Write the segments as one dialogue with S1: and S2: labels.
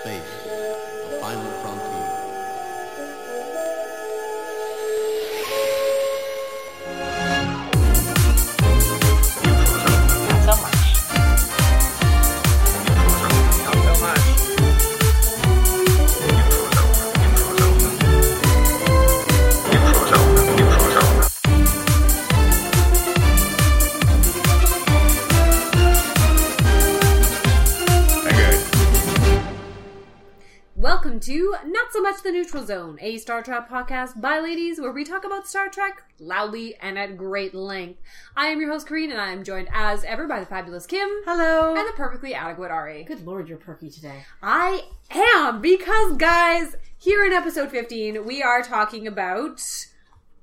S1: Space, the final frontier.
S2: So much.
S3: Welcome to Not So Much the Neutral Zone, a Star Trek podcast by ladies where we talk about Star Trek loudly and at great length. I am your host, Kareen, and I am joined as ever by the fabulous Kim
S4: Hello.
S3: and the perfectly adequate Ari.
S4: Good lord, you're perky today.
S3: I am, because guys, here in episode 15, we are talking about,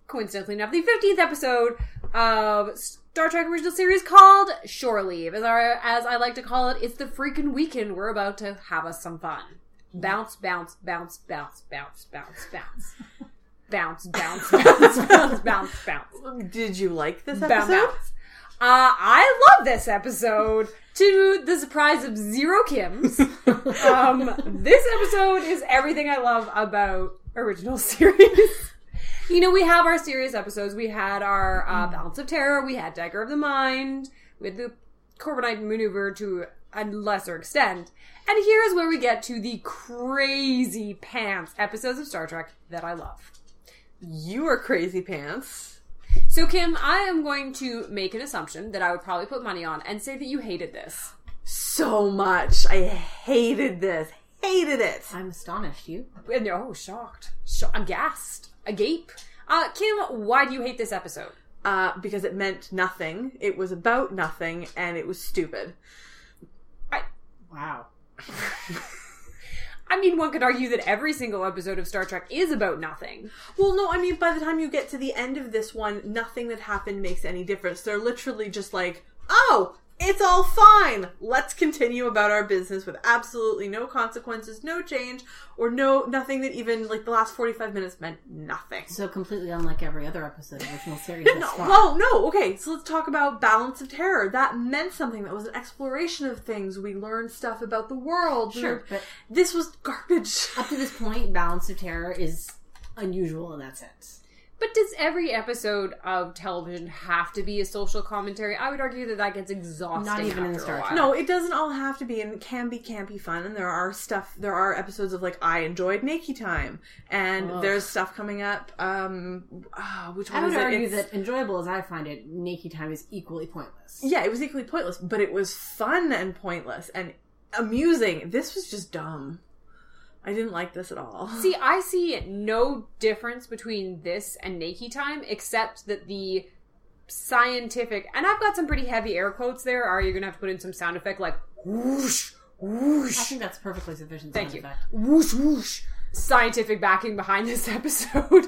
S3: coincidentally enough, the 15th episode of Star Trek original series called Shore Leave. As, our, as I like to call it, it's the freaking weekend. We're about to have us some fun. Bounce, bounce, bounce, bounce, bounce, bounce, bounce. Bounce, bounce, bounce, bounce, bounce, bounce.
S4: Did you like this
S3: Bounce,
S4: episode?
S3: bounce. Uh, I love this episode to the surprise of zero Kims. um, this episode is everything I love about original series. you know, we have our serious episodes. We had our uh, Balance of Terror. We had Dagger of the Mind. We had the Corbinite Maneuver to a lesser extent. And here's where we get to the crazy pants episodes of Star Trek that I love.
S4: You are crazy pants.
S3: So, Kim, I am going to make an assumption that I would probably put money on and say that you hated this.
S4: So much. I hated this. Hated it.
S5: I'm astonished. You?
S3: And oh, shocked, Sho aghast, agape. Uh, Kim, why do you hate this episode?
S4: Uh, because it meant nothing. It was about nothing, and it was stupid.
S5: Wow.
S3: I mean, one could argue that every single episode of Star Trek is about nothing.
S4: Well, no, I mean, by the time you get to the end of this one, nothing that happened makes any difference. They're literally just like, oh, it's all fine. Let's continue about our business with absolutely no consequences, no change, or no, nothing that even, like, the last 45 minutes meant nothing.
S5: So completely unlike every other episode of original series. thus
S4: No,
S5: far.
S4: well, no, okay, so let's talk about Balance of Terror. That meant something. That was an exploration of things. We learned stuff about the world. We
S5: Sure,
S4: were-
S5: but
S4: this was garbage.
S5: up to this point, Balance of Terror is unusual in that sense.
S3: But does every episode of television have to be a social commentary? I would argue that that gets exhausting.
S5: Not even in
S3: after
S5: Star
S3: a
S5: Trek.
S3: while.
S4: No, it doesn't all have to be, and it can be campy fun. And there are stuff. There are episodes of like I enjoyed Nakey Time, and
S5: Ugh.
S4: there's stuff coming up. Um, ah, which one
S5: I would
S4: is it?
S5: argue
S4: It's-
S5: that, enjoyable as I find it, Naked Time is equally pointless.
S4: yeah, it was equally pointless, but it was fun and pointless and amusing. This was just dumb. I didn't like this at all.
S3: See, I see no difference between this and Nakey Time, except that the scientific and I've got some pretty heavy air quotes there. Are you gonna have to put in some sound effect like whoosh,
S5: I
S3: whoosh,
S5: think that's perfectly sufficient.
S3: Thank
S5: sound
S3: you.
S5: effect.
S3: whoosh, whoosh? Scientific backing behind this episode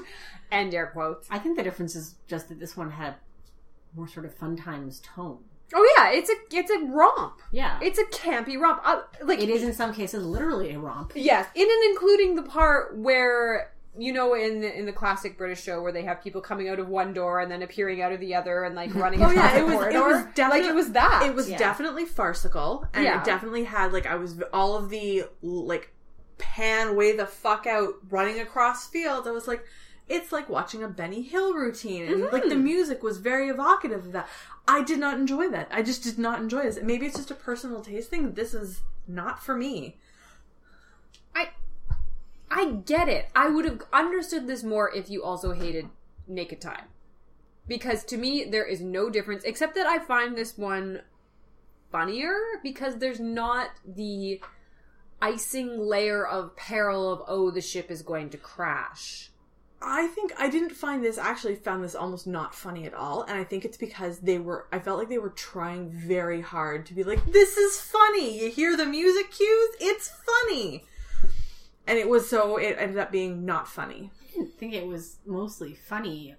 S3: and air quotes.
S5: I think the difference is just that this one had more sort of fun times tone.
S3: Oh yeah, it's a it's a romp.
S5: Yeah,
S3: It's a campy romp. Uh, like
S5: it is in some cases literally a romp.
S3: Yes, in and including the part where you know in the, in the classic British show where they have people coming out of one door and then appearing out of the other and like running
S4: Oh
S3: across
S4: yeah,
S3: the
S4: it was.
S3: corridor.
S4: It was definitely
S3: like it was that.
S4: It was
S5: Yeah.
S4: definitely farcical, and
S3: Yeah.
S4: it definitely had like I was all of the like pan way the fuck out running across fields. I was like, it's like watching a Benny Hill routine, and like the music was very evocative of that. I did not enjoy that. I just did not enjoy this. Maybe it's just a personal taste thing. This is not for me.
S3: I I get it. I would have understood this more if you also hated Naked Time. Because to me there is no difference except that I find this one funnier because there's not the icing layer of peril of oh the ship is going to crash.
S4: I think I didn't find this I actually found this almost not funny at all and I think it's because they were I felt like they were trying very hard to be like this is funny you hear the music cues it's funny and it was so it ended up being not funny
S5: didn't think it was mostly funny,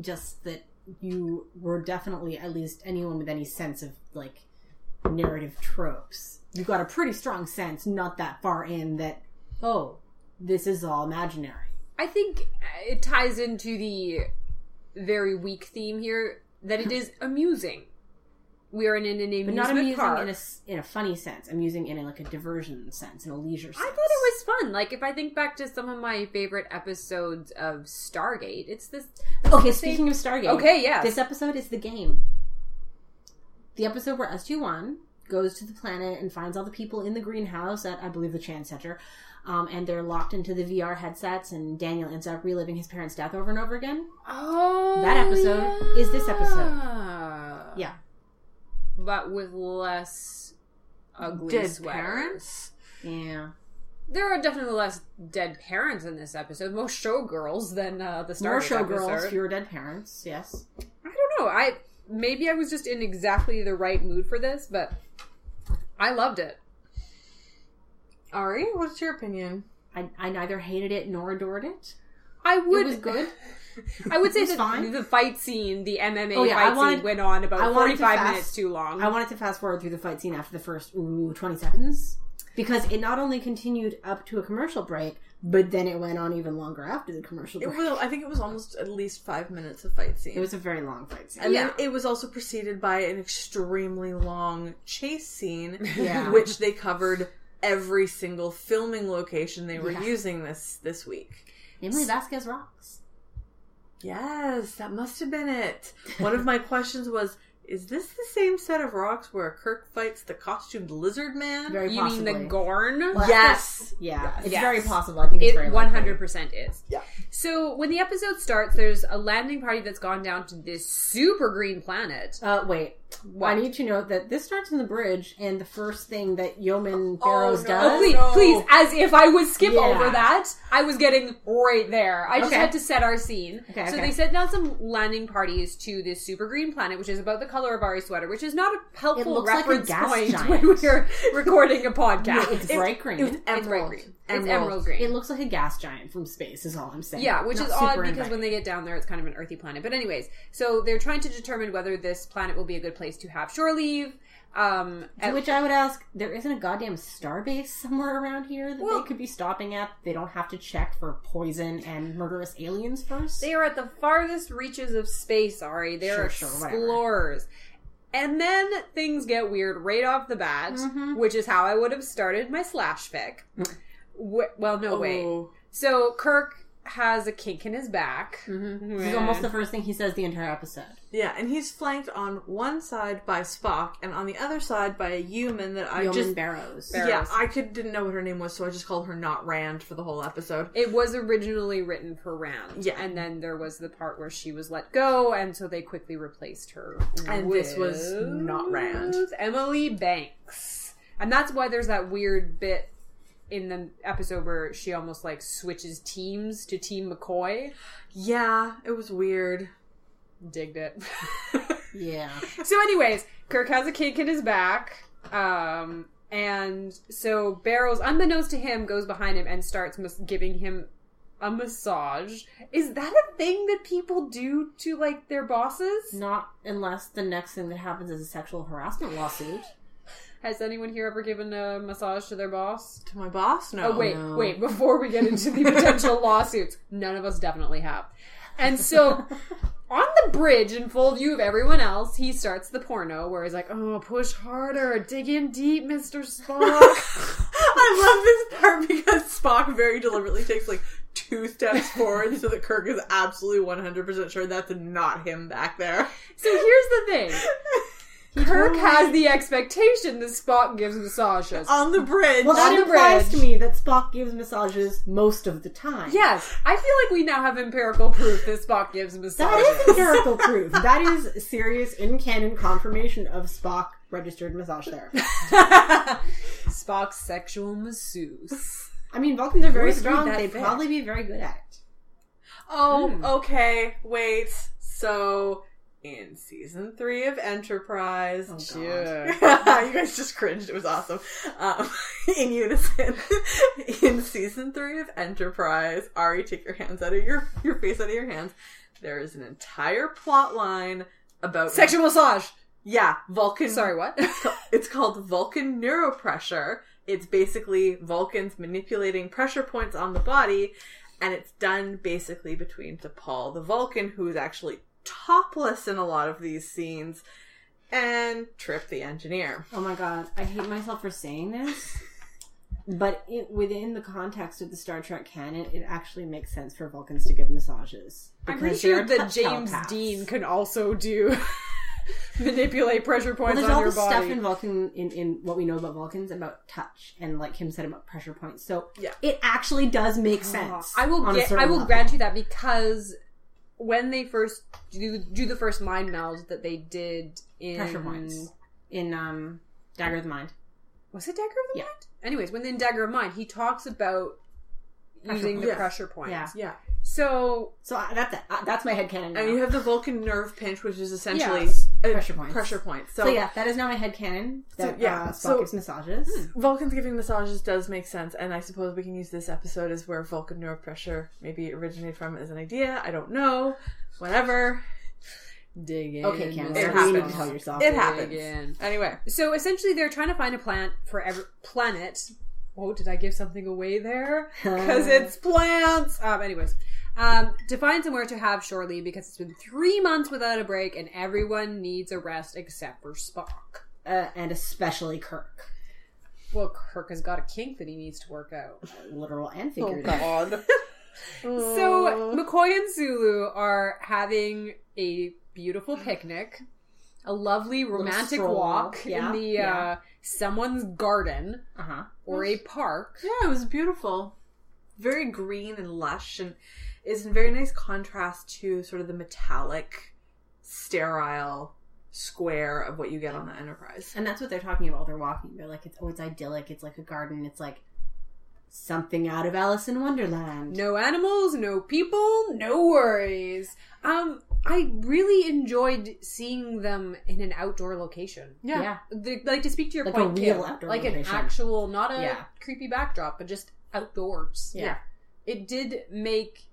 S5: just that you were definitely at least anyone with any sense of like narrative tropes. You got a pretty strong sense, not that far in, that oh, this is all imaginary.
S3: I think it ties into the very weak theme here that it is amusing. We are in an amusement
S5: But not amusing
S3: park.
S5: in a, s- in a funny sense. Amusing in a, like a diversion sense, in a leisure sense.
S3: I thought it was fun. Like if I think back to some of my favorite episodes of Stargate, it's this.
S5: Okay, speaking of Stargate.
S3: Okay, yeah.
S5: This episode is the game. The episode where S2-1 goes to the planet and finds all the people in the greenhouse at, I believe, the Chan Center. Um, and they're locked into the VR headsets, and Daniel ends up reliving his parents' death over and over again.
S3: oh,
S5: That episode is this episode.
S3: yeah.
S5: Yeah.
S3: but with less ugly
S4: Dead
S3: sweaters.
S4: parents?
S5: Yeah.
S3: There are definitely less dead parents in this episode. More showgirls than uh, the Stargate
S5: More showgirls,
S3: episode.
S5: fewer dead parents, yes.
S3: I don't know. I maybe I was just in exactly the right mood for this, but I loved it.
S4: Ari, what's your opinion?
S5: I, I neither hated it nor adored it.
S3: I would
S5: it was good.
S3: I would say
S5: It's
S3: that
S5: fine.
S3: the fight scene, the MMA
S5: Oh, yeah, I
S3: fight
S5: wanted-
S3: scene, went on
S5: I
S3: about
S5: wanted to
S3: 45
S5: fast-
S3: minutes too long.
S5: I wanted to fast forward through the fight scene after the first ooh, 20 seconds because it not only continued up to a commercial break, but then it went on even longer after the commercial
S4: It
S5: break.
S4: was, I think it was almost at least five minutes of fight scene.
S5: It was a very long fight scene.
S4: and
S3: Yeah.
S4: then it was also preceded by an extremely long chase scene,
S5: Yeah.
S4: which they covered every single filming location they were
S5: Yeah.
S4: using this this week.
S5: Namely, Vasquez rocks.
S4: Yes, that must have been it. One of my questions was, is this the same set of rocks where Kirk fights the costumed lizard man?
S5: Very
S3: you mean
S5: possibly.
S3: the Gorn?
S5: Well,
S4: yes.
S5: Yeah, it's
S3: Yes.
S5: very possible. I think it's very
S3: It one
S5: likely.
S3: hundred percent is.
S4: Yeah.
S3: So when the episode starts, there's a landing party that's gone down to this super green planet.
S5: Uh, wait.
S3: What?
S5: I need to note that this starts in the bridge, and the first thing that Yeoman
S4: Oh,
S5: Barrows
S4: no.
S3: Oh,
S5: does.
S3: please,
S4: no.
S3: please, as if I would skip
S5: Yeah.
S3: over that. I was getting right there. I just
S5: Okay.
S3: had to set our scene.
S5: Okay,
S3: so
S5: okay.
S3: they sent down some landing parties to this super green planet, which is about the color of Ari's sweater, which is not a helpful
S5: looks like a
S3: reference
S5: gas
S3: point
S5: giant.
S3: when we're recording a podcast.
S5: It's bright green.
S4: It was emerald.
S3: It's bright green. It's emerald green.
S5: It looks like a gas giant from space, is all I'm saying.
S3: Yeah, which
S5: Not
S3: is odd
S5: super
S3: because
S5: inviting.
S3: when they get down there, it's kind of an earthy planet. But anyways, so they're trying to determine whether this planet will be a good place to have shore leave. Um,
S5: To
S3: at-
S5: which I would ask, there isn't a goddamn star base somewhere around here that
S3: Well-
S5: they could be stopping at. They don't have to check for poison and murderous aliens first.
S3: they are at the farthest reaches of space. Ari, they're
S5: Sure, sure, whatever.
S3: explorers. And then things get weird right off the bat,
S5: Mhm.
S3: which is how I would have started my slash fic.
S5: Mm.
S3: Wh- well, no wait.
S4: Oh.
S3: So Kirk has a kink in his back.
S5: Mhm. This is almost the first thing he says the entire episode.
S4: Yeah, and he's flanked on one side by Spock and on the other side by a human that I
S5: Yeoman
S4: just
S5: Barrows.
S3: Barrows.
S4: Yeah, I could didn't know what her name was, so I just called her not Rand for the whole episode.
S3: It was originally written for Rand.
S4: Yeah.
S3: And then there was the part where she was let go, and so they quickly replaced her.
S4: And this was
S3: with
S4: not Rand.
S3: Emily Banks. And that's why there's that weird bit in the episode where she almost like switches teams to Team McCoy.
S4: Yeah, it was weird.
S3: Digged it.
S5: Yeah.
S3: so, anyways, Kirk has a kink in his back. Um, and so Barrows, unbeknownst to him, goes behind him and starts mas- giving him a massage. Is that a thing that people do to like their bosses?
S5: Not unless the next thing that happens is a sexual harassment lawsuit.
S3: Has anyone here ever given a massage to their boss?
S4: To my boss? No.
S3: Oh, wait,
S5: no.
S3: wait, before we get into the potential lawsuits, none of us definitely have. And so on the bridge, in full view of everyone else, he starts the porno where he's like, Oh, push harder, dig in deep, Mr. Spock.
S4: I love this part because Spock very deliberately takes like two steps forward so that Kirk is absolutely 100% sure that's not him back there.
S3: so here's the thing Kirk has the expectation that Spock gives massages.
S4: On the bridge.
S5: Well, that
S3: On the
S5: implies
S3: bridge.
S5: to me that Spock gives massages most of the time.
S3: yes, I feel like we now have empirical proof that Spock gives
S5: That
S3: massages.
S5: is empirical proof. That is serious in canon confirmation of Spock registered massage therapist.
S3: Spock's sexual masseuse.
S5: I mean, Vulcans are very
S3: Would read
S5: strong.
S3: that
S5: They'd
S3: fic.
S5: probably be very good at it.
S4: oh,
S3: Hmm.
S4: okay, wait. So, in season three of Enterprise,
S5: Oh,
S3: Oh,
S5: God.
S3: Yeah.
S4: you guys just cringed. It was awesome. Um, in unison, in season three of Enterprise, Ari, take your hands out of your your face out of your hands. There is an entire plot line about
S3: Sexual massage.
S4: Yeah, Vulcan.
S3: Sorry, what?
S4: it's called Vulcan neuropressure. It's basically Vulcans manipulating pressure points on the body, and it's done basically between DePaul, the Vulcan, who is actually topless in a lot of these scenes, and Trip the engineer.
S5: Oh my god, I hate myself for saying this, but it, within the context of the Star Trek canon, it actually makes sense for Vulcans to give massages.
S3: I'm pretty
S5: because they
S3: sure
S5: are
S3: that
S5: touch
S3: James
S5: telepaths.
S3: Dean can also do manipulate pressure
S5: Well,
S3: points
S5: there's
S3: on
S5: all
S3: your
S5: this
S3: body.
S5: stuff in Vulcan in, in what we know about Vulcans about touch and like Kim said about pressure points. So
S4: Yeah.
S5: it actually does make
S3: Uh,
S5: sense.
S3: I will
S5: on a
S3: get,
S5: certain
S3: I will
S5: level.
S3: grant you that because when they first do do the first mind meld that they did in
S5: pressure points in um Dagger of the Mind.
S3: was it Dagger of the
S5: Yeah.
S3: Mind? Anyways, when in Dagger of Mind, he talks about
S5: Pressure
S3: using the
S4: points.
S3: pressure points.
S5: Yeah.
S4: Yeah.
S3: So
S5: So I, that's it. I, that's my headcanon. now.
S4: And you have the Vulcan nerve pinch, which is essentially
S3: Yes.
S4: uh,
S5: Pressure points.
S4: Pressure points. So,
S5: so, yeah, that is now my headcanon. That,
S4: yeah,
S5: uh, Spock
S4: so- Hmm.
S5: gives massages.
S4: Vulcans giving massages does make sense, and I suppose we can use this episode as where Vulcan nerve pressure maybe originated from as an idea. I don't know. Whatever.
S3: dig in.
S5: Okay, Kim,
S4: It
S5: you need to
S4: happens.
S5: tell yourself.
S4: It happens.
S3: Again.
S4: Anyway.
S3: So essentially, they're trying to find a plant for every planet. Oh, did I give something away there? Because it's plants. Um, anyways, um, to find somewhere to have shore leave because it's been three months without a break and everyone needs a rest except for Spock.
S5: uh, and especially Kirk,
S3: Well, Kirk has got a kink that he needs to work out.
S5: literal and figurative.
S4: Oh, God.
S5: Mm.
S3: So McCoy and Zulu are having a beautiful picnic, a lovely romantic
S5: Mm. stroll.
S3: walk
S5: Yeah,
S3: in the uh,
S5: yeah.
S3: someone's garden
S5: Uh huh.
S3: or a park.
S4: Yeah, it was beautiful. Very green and lush and is in very nice contrast to sort of the metallic, sterile square of what you get on the Enterprise.
S5: And that's what they're talking about. while They're walking. They're like, it's oh, it's idyllic. It's like a garden. It's like something out of Alice in Wonderland.
S3: No animals, no people, no worries. Um, I really enjoyed seeing them in an outdoor location.
S5: Yeah.
S3: The, like to speak to your
S5: Like a
S3: point,
S5: real
S3: Kim,
S5: outdoor
S3: like
S5: location.
S3: an actual, not a
S5: Yeah.
S3: creepy backdrop, but just outdoors.
S5: Yeah.
S3: It did make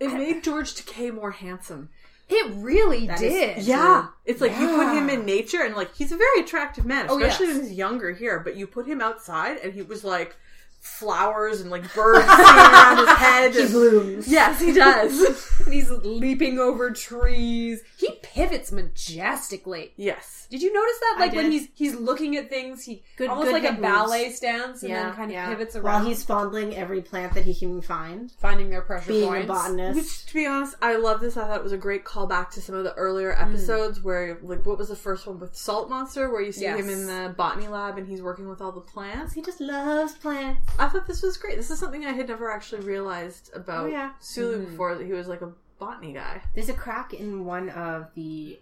S4: It made George Takei more handsome.
S3: it really
S5: That is-
S3: did.
S4: Yeah. It's like you put
S3: Yeah.
S4: him in nature and like he's a very attractive man,
S3: Oh,
S4: especially
S3: yes.
S4: when he's younger here, but you put him outside and he was like flowers and like birds singing around his head.
S5: He
S4: and-
S5: blooms.
S4: Yes, he does.
S3: And he's leaping over trees. He pivots majestically.
S4: yes.
S3: Did you notice that?
S5: I
S3: Like when
S5: did.
S3: he's he's looking at things, he
S5: Good-
S3: almost
S5: good
S3: like
S5: head
S3: a
S5: moves.
S3: ballet stance, and then
S5: Yeah,
S3: kind of
S5: yeah.
S3: pivots around,
S5: While he's fondling every plant that he can find,
S3: finding their pressure
S5: being
S3: points.
S5: a botanist.
S4: Which, to be honest, I love this. I thought it was a great callback to some of the earlier episodes where, like, what was the first one with Salt Monster, where you see
S3: Yes.
S4: him in the botany lab and he's working with all the plants.
S5: He just loves plants.
S4: I thought this was great. This is something I had never actually realized about
S5: Oh, yeah.
S4: Sulu before that he was like a botany guy.
S5: There's a crack in one of the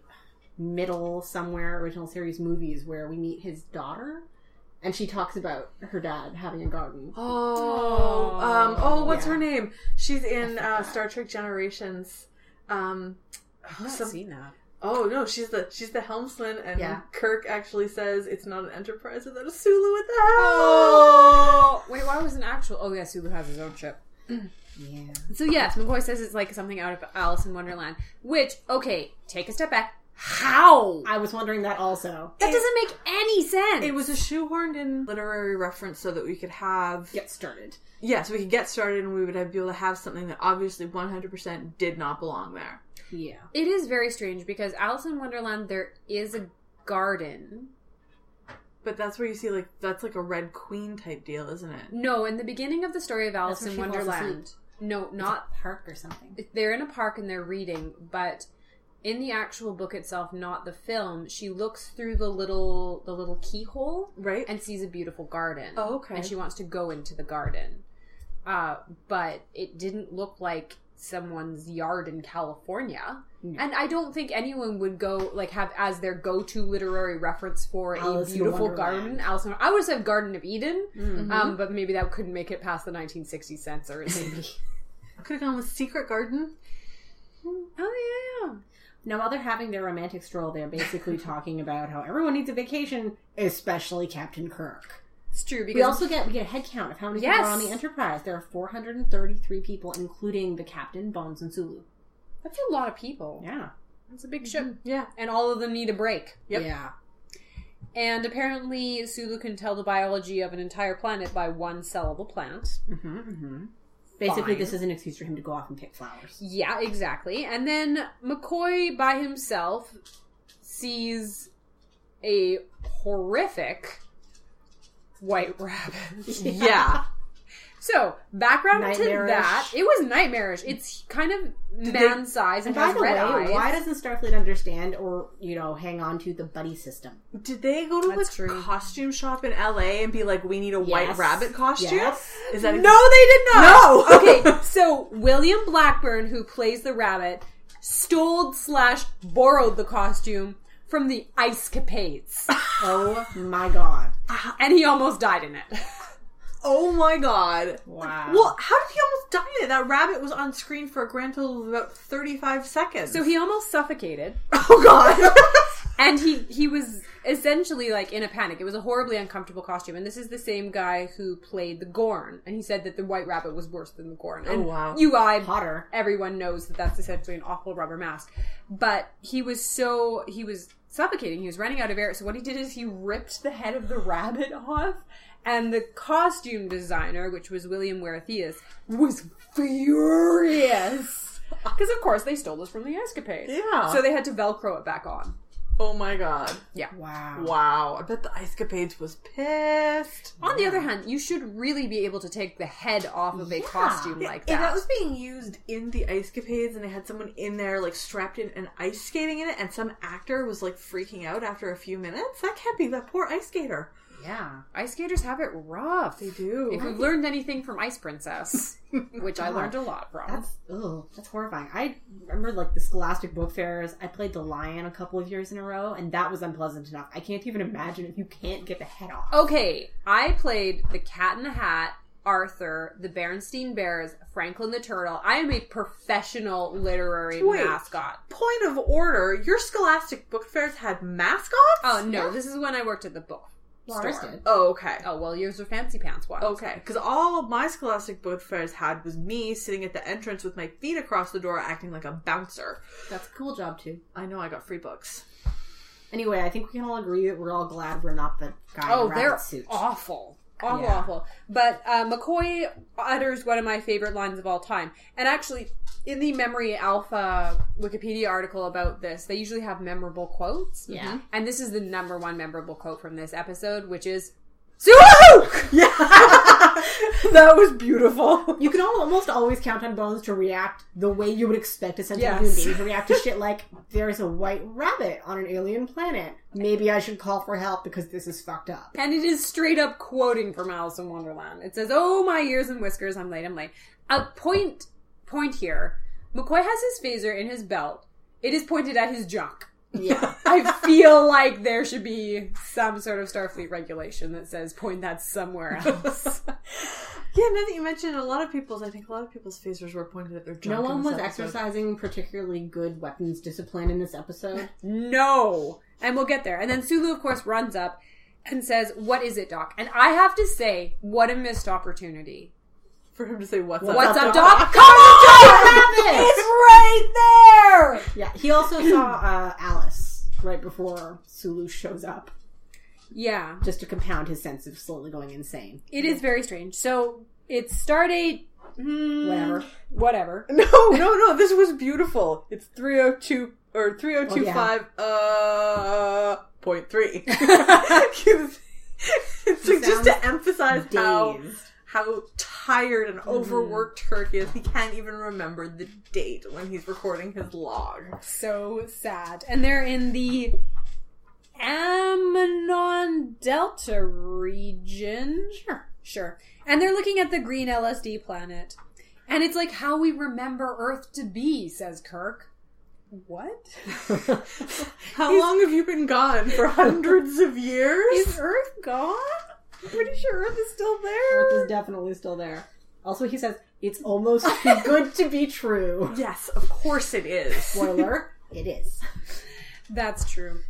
S5: middle somewhere original series movies where we meet his daughter, and she talks about her dad having a garden.
S4: Oh, um, oh, what's
S5: Yeah.
S4: her name? She's in uh, Star Trek Generations. Um,
S3: I've not
S4: Some-
S3: seen that.
S4: oh no, she's the she's the helmsman, and
S5: Yeah.
S4: Kirk actually says it's not an Enterprise without a Sulu at the helm.
S3: Oh wait, why was an actual? Oh yeah, Sulu has his own ship.
S5: Yeah.
S3: So yes, McCoy says it's like something out of Alice in Wonderland. Which okay, take a step back. How
S5: I was wondering that also.
S3: that doesn't make any sense.
S4: It was a shoehorned in literary reference so that we could have yeah.
S5: Get started.
S4: so we could get started and we would have, be able to have something that obviously 100% did not belong there.
S5: Yeah.
S3: It is very strange because Alice in Wonderland there is a garden.
S4: But that's where you see like that's like a red queen type deal, isn't it?
S3: No, in the beginning of the story of Alice
S5: where
S3: in
S5: she falls
S3: Wonderland.
S5: asleep.
S3: No, not
S5: park or something.
S3: they're in a park and they're reading, but in the actual book itself, not the film, she looks through the little the little keyhole
S4: Right?
S3: and sees a beautiful garden.
S4: Oh, okay.
S3: And she wants to go into the garden. Uh, but it didn't look like someone's yard in California.
S5: No.
S3: And I don't think anyone would go like have as their go-to literary reference for
S5: Alice
S3: a
S5: in
S3: beautiful
S5: Wonderland.
S3: garden. Alice in, I would have said Garden of Eden,
S4: Mm-hmm. uh,
S5: Mm-hmm.
S3: um, but maybe that couldn't make it past the 1960 censors.
S5: Maybe.
S4: could have gone with Secret Garden.
S3: oh yeah.
S5: Now, while they're having their romantic stroll, they're basically talking about how everyone needs a vacation, especially Captain Kirk.
S3: It's true because
S5: We also get we get a head count of how many people are on
S3: Yes.
S5: the Enterprise. There are 433 people, including the captain, Bones, and Sulu.
S3: that's a lot of people.
S5: Yeah. Mm-hmm.
S3: That's a big ship.
S4: Yeah.
S3: And all of them need a break.
S4: Yep.
S5: Yeah.
S3: And apparently, Sulu can tell the biology of an entire planet by one cellable plant.
S5: Mm-hmm, mm-hmm. Basically,
S3: Fine.
S5: this is an excuse for him to go off and pick flowers.
S3: Yeah, exactly. And then McCoy by himself sees a horrific white rabbit.
S4: Yeah.
S3: So, background to
S5: Nightmarish.
S3: that, it was nightmarish. It's kind of man sized and
S5: And by
S3: has
S5: the
S3: red
S5: way,
S3: eyes.
S5: why doesn't Starfleet understand or, you know, hang on to the buddy system?
S4: Did they go to a
S3: That's true.
S4: costume shop in LA and be like, "We need a white
S5: Yes.
S4: rabbit costume"?
S5: Yes.
S4: Is that
S3: No, they did not.
S4: No.
S3: okay, so William Blackburn, who plays the rabbit, stole slash borrowed the costume from the Ice Capades,
S5: Oh my god.
S3: and he almost died in it.
S4: Oh my god!
S5: Wow.
S4: Well, how did he almost die? in it? That rabbit was on screen for a grand total of about thirty-five seconds.
S3: So he almost suffocated,
S4: oh god!
S3: and he he was essentially like in a panic. It was a horribly uncomfortable costume, and this is the same guy who played the Gorn, and he said that the White Rabbit was worse than the Gorn. And
S4: wow.
S3: You, I,
S5: Hotter.
S3: everyone knows that that's essentially an awful rubber mask. But he was so he was suffocating. He was running out of air. So what he did is he ripped the head of the rabbit off, and the costume designer, which was William Waretheus, was furious because of course they stole this from the escapade.
S4: Yeah.
S3: So they had to velcro it back on.
S4: oh my god!
S5: Wow.
S4: Wow! I bet the Ice Capades was pissed.
S3: On the other hand, you should really be able to take the head off of a
S5: Yeah.
S3: costume like
S4: If that
S3: that.
S4: was being used in the ice capades and they had someone in there like strapped in and ice skating in it and some actor was like freaking out after a few minutes, that can't be that poor ice skater.
S5: Yeah.
S3: Ice skaters have it rough.
S4: They do.
S3: If you've learned anything from Ice Princess, which I learned a lot from.
S5: That's ugh, that's horrifying. I remember like the Scholastic Book Fairs. I played the lion a couple of years in a row, and that was unpleasant enough. I can't even imagine if you can't get the head
S3: Oh,
S5: off.
S3: Okay, I played the Cat in the Hat, Arthur, the Berenstain Bears, Franklin the Turtle. I am a professional literary
S4: Wait.
S3: mascot.
S4: Point of order, your scholastic book fairs had mascots?
S3: Oh no, this is when I worked at the book
S5: Stars
S3: store.
S5: did.
S4: Oh, okay.
S3: Oh well, yours were fancy pants ones.
S4: Okay, because all my scholastic book fairs had was me sitting at the entrance with my feet across the door acting like a bouncer.
S5: That's a cool job too.
S4: I know I got free books.
S5: Anyway, I think we can all agree that we're all glad we're not the guy in
S3: Oh,
S5: the
S3: they're
S5: rabbit suit.
S3: awful. Awful,
S5: Yeah.
S3: awful. But uh, McCoy utters one of my favorite lines of all time. And actually, in the Memory Alpha Wikipedia article about this, they usually have memorable quotes.
S5: Yeah.
S3: And this is the number one memorable quote from this episode, which is, Zoo!
S4: that was beautiful.
S5: You can al- almost always count on Bones to react the way you would expect a
S3: Yes.
S5: sentient human being to react to shit like, there's a white rabbit on an alien planet. Maybe I should call for help because this is fucked up.
S3: And it is straight up quoting from Alice in Wonderland. It says, "Oh my ears and whiskers, I'm late, I'm late." A point point here. McCoy has his phaser in his belt. It is pointed at his junk.
S5: Yeah.
S3: I feel like there should be some sort of Starfleet regulation that says point that somewhere else.
S4: Yeah, now that you mentioned it, a lot of people's, I think a lot of people's phasers were pointed at their junk.
S5: No
S4: in
S5: one
S4: this
S5: was
S4: episode.
S5: exercising particularly good weapons discipline in this episode.
S3: no. And we'll get there. And then Sulu, of course, runs up and says, What is it, Doc? And I have to say, what a missed opportunity.
S4: For him to say, what's,
S3: What's
S4: up?
S3: up, Doc? Come on, Doc!
S5: Rabbit!
S3: right there!
S5: Yeah, he also saw uh, Alice right before Sulu shows up,
S3: Yeah.
S5: just to compound his sense of slowly going insane.
S3: It is very strange. So it's Stardate. Mm,
S5: Whatever.
S3: Whatever.
S4: No, no, no. This was beautiful. It's 302 or 3025 uh point 3. It's like just to emphasize how
S5: Dazed.
S4: how tired and overworked Kirk is. He can't even remember the date when he's recording his log.
S3: So sad. And they're in the Ammonon Delta region. Sure. Sure. And they're looking at the green LSD planet. And it's like how we remember Earth to be, says Kirk. What?
S4: How long have you been gone? For hundreds of years?
S3: Is Earth gone? I'm pretty sure Earth is still there.
S5: Earth is definitely still there. Also, he says, it's almost too good to be true.
S4: Yes, of course it is.
S5: Spoiler, it is.
S3: That's true.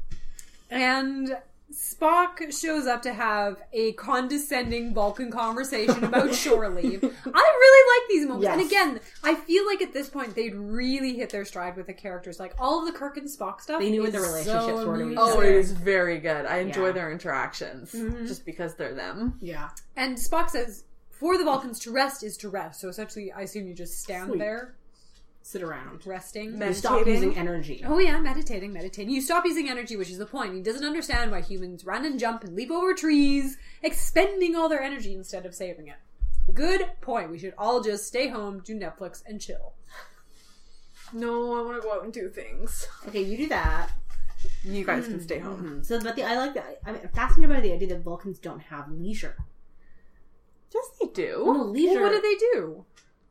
S3: And Spock shows up to have a condescending Vulcan conversation about shore leave. I really like these moments. And
S5: Yes.
S3: again, I feel like at this point they'd really hit their stride with the characters. Like all of the Kirk and Spock stuff.
S5: They knew what
S3: is
S5: their relationships
S3: so
S5: were to
S3: amusing.
S5: each
S4: Oh, it Mm-hmm. is very good. I enjoy
S5: Yeah.
S4: their interactions just because they're them.
S5: Yeah.
S3: And Spock says, for the Vulcans to rest is to rest. So essentially, I assume you just stand
S5: Sleep.
S3: there.
S5: sit around.
S3: resting.
S5: You
S4: Men-
S5: stop
S4: Meditating.
S5: using energy.
S3: Oh yeah, meditating, meditating. You stop using energy, which is the point. He doesn't understand why humans run and jump and leap over trees, expending all their energy instead of saving it. Good point. We should all just stay home, do Netflix, and chill.
S4: No, I want to go out and do things.
S5: Okay, you do that.
S4: You guys can stay home.
S5: So, but the I like that. I'm fascinated by the idea that Vulcans don't have leisure.
S4: Yes, they do.
S5: No leisure.
S3: Well, what do they do?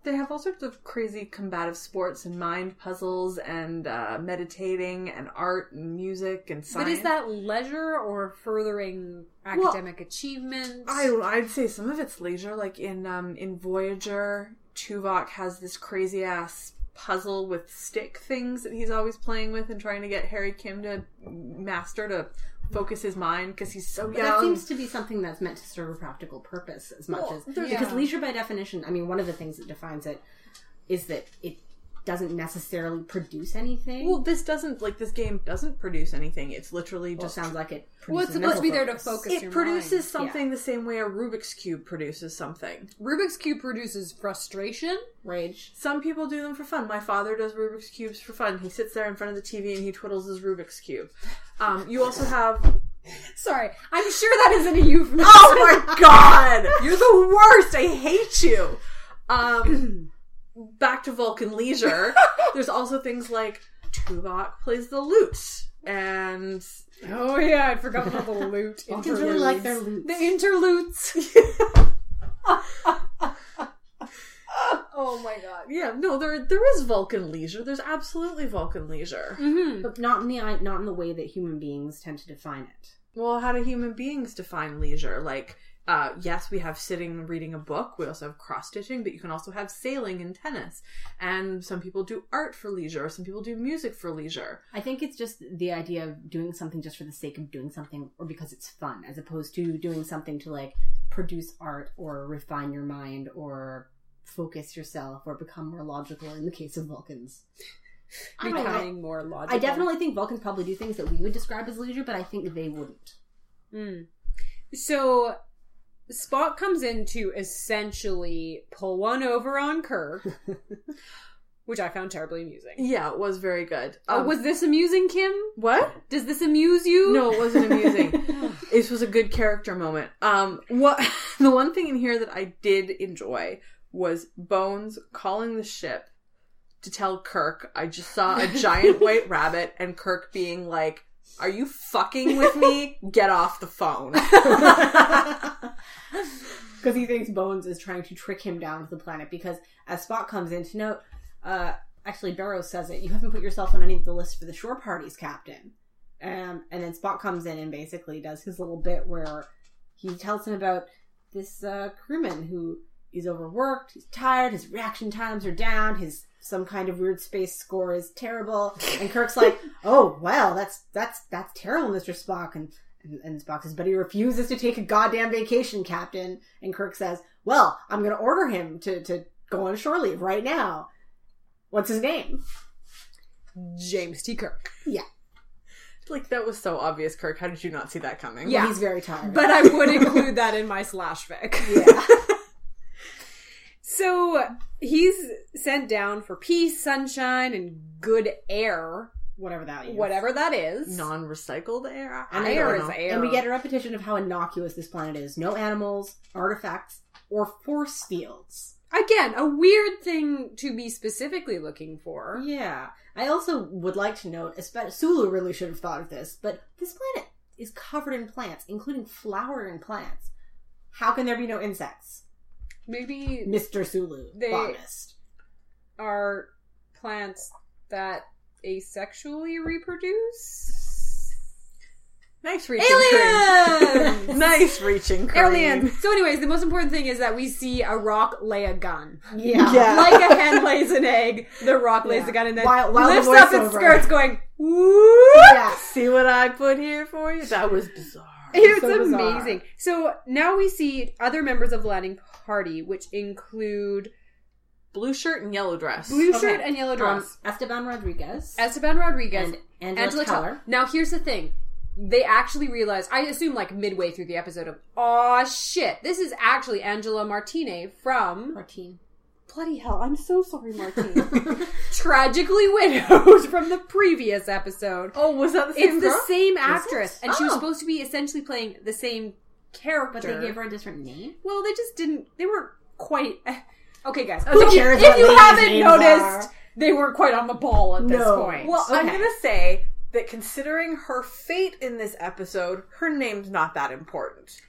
S4: They have all sorts of crazy combative sports and mind puzzles and uh, meditating and art and music and science.
S3: But is that leisure or furthering academic achievements?
S4: I I'd say some of it's leisure. Like in um, in Voyager, Tuvok has this crazy ass puzzle with stick things that he's always playing with and trying to get Harry Kim to master to focus his mind because he's so
S5: But that
S4: young.
S5: seems to be something that's meant to serve a practical purpose as much
S4: Well,
S5: as
S4: there's-
S5: because
S3: Yeah.
S5: leisure by definition, I mean one of the things that defines it is that it doesn't necessarily produce anything.
S4: Well, this doesn't like this game doesn't produce anything. It's literally
S5: Well, it
S4: just
S5: sounds like it produces
S3: Well, it's supposed to
S5: mental
S3: be there to
S5: focus.
S3: focus.
S4: it
S3: your
S4: produces
S3: mind.
S4: something the same way a Rubik's cube produces something.
S3: Rubik's cube produces frustration.
S5: Rage.
S4: Some people do them for fun. My father does Rubik's cubes for fun. He sits there in front of the TV and he twiddles his Rubik's cube. Um, you also have.
S3: Sorry, I'm sure that isn't a euphemism.
S4: Oh my god! You're the worst. I hate you. Um, back to Vulcan leisure. There's also things like Tuvok plays the lute and
S3: Oh yeah, I forgot about the loot.
S5: Vulcans really like their loot.
S3: The interludes. oh my god.
S4: uh, yeah, no, there there is Vulcan leisure. There's absolutely Vulcan leisure.
S5: Hmm. but not in the eye- not in the way that human beings tend to define it.
S4: Well, how do human beings define leisure? Like, uh, yes, we have sitting and reading a book. We also have cross stitching, but you can also have sailing and tennis. And some people do art for leisure. Some people do music for leisure.
S5: I think it's just the idea of doing something just for the sake of doing something or because it's fun, as opposed to doing something to like produce art or refine your mind or focus yourself or become more logical in the case of Vulcans. I, don't know. I-
S3: Becoming more logical.
S5: I definitely think Vulcans probably do things that we would describe as leisure, but I think they wouldn't.
S3: Mm. So Spock comes in to essentially pull one over on Kirk, which I found terribly amusing.
S4: Yeah, it was very good.
S3: Oh,
S4: Um,
S3: was this amusing, Kim?
S4: what?
S3: Does this amuse you?
S4: No, it wasn't amusing. this was a good character moment. Um, what the one thing in here that I did enjoy was Bones calling the ship to tell Kirk. I just saw a giant white rabbit, and Kirk being like, "Are you fucking with me? Get off the phone."
S5: Because he thinks Bones is trying to trick him down to the planet. Because as Spock comes in to note, uh, actually Barrows says it. You haven't put yourself on any of the list for the shore parties, Captain. Um, and then Spock comes in and basically does his little bit where he tells him about this uh, crewman who is overworked, he's tired, his reaction times are down, his some kind of weird space score is terrible. And Kirk's like, "Oh well, that's that's that's terrible, Mister Spock." And and, and Spock says, but he refuses to take a goddamn vacation, Captain. And Kirk says, well, I'm going to order him to, to go on shore leave right now. What's his name?
S3: James T. Kirk.
S4: like that was so obvious, Kirk. How did you not see that coming?
S3: Yeah.
S5: He's very tired.
S3: But I would include that in my slash fic.
S5: yeah.
S3: So he's sent down for peace, sunshine, and good air,
S5: Whatever that is.
S3: whatever that is.
S4: Non-recycled air.
S5: And
S4: I
S3: air
S4: don't
S3: is
S4: know.
S3: air.
S5: And we get a repetition of how innocuous this planet is. No animals, artifacts, or force fields.
S3: Again, a weird thing to be specifically looking for.
S5: Yeah. I also would like to note, especially Sulu really should have thought of this, but this planet is covered in plants, including flowering plants. How can there be no insects?
S3: Maybe
S5: Mr. Sulu,
S3: They-
S5: botanist.
S3: are plants that asexually reproduce?
S4: Nice reaching. Kirk.
S3: Aliens!
S4: Nice reaching. Kirk.
S3: Aliens! So, anyways, the most important thing is that we see a rock lay a gun.
S5: Yeah.
S4: Yeah.
S3: Like a hen lays an egg, the rock lays
S5: Yeah.
S3: a gun and then
S5: While- while the
S3: lifts up its
S5: voiceover.
S3: skirts going, whoop!
S5: Yeah.
S4: See what I put here for you? That was bizarre.
S3: It's
S5: So bizarre.
S3: amazing. So now we see other members of the landing party, which include
S4: Blue shirt and yellow dress.
S3: blue
S5: Okay.
S3: shirt and yellow dress,
S5: Um, Esteban Rodriguez.
S3: Esteban Rodriguez,
S5: and Angela, Teller.
S3: Teller. Now here's the thing. They actually realized, I assume like midway through the episode of, aw shit, this is actually Angela Martine from
S5: Martine.
S3: Bloody hell, I'm so sorry, Martine. Tragically widowed from the previous episode.
S4: Oh, was that the same
S3: It's the
S4: girl?
S3: same actress, and she was
S4: Oh.
S3: supposed to be essentially playing the same character.
S5: But they gave her a different name.
S3: Well, they just didn't. They weren't quite. eh. Okay, guys.
S5: Who
S3: if you,
S5: cares
S3: if
S5: what
S3: you
S5: ladies'
S3: haven't
S5: names
S3: noticed,
S5: are?
S3: they weren't quite on the ball at this
S5: No.
S3: point.
S4: Well, I'm
S5: Okay.
S4: gonna say that considering her fate in this episode, her name's not that important.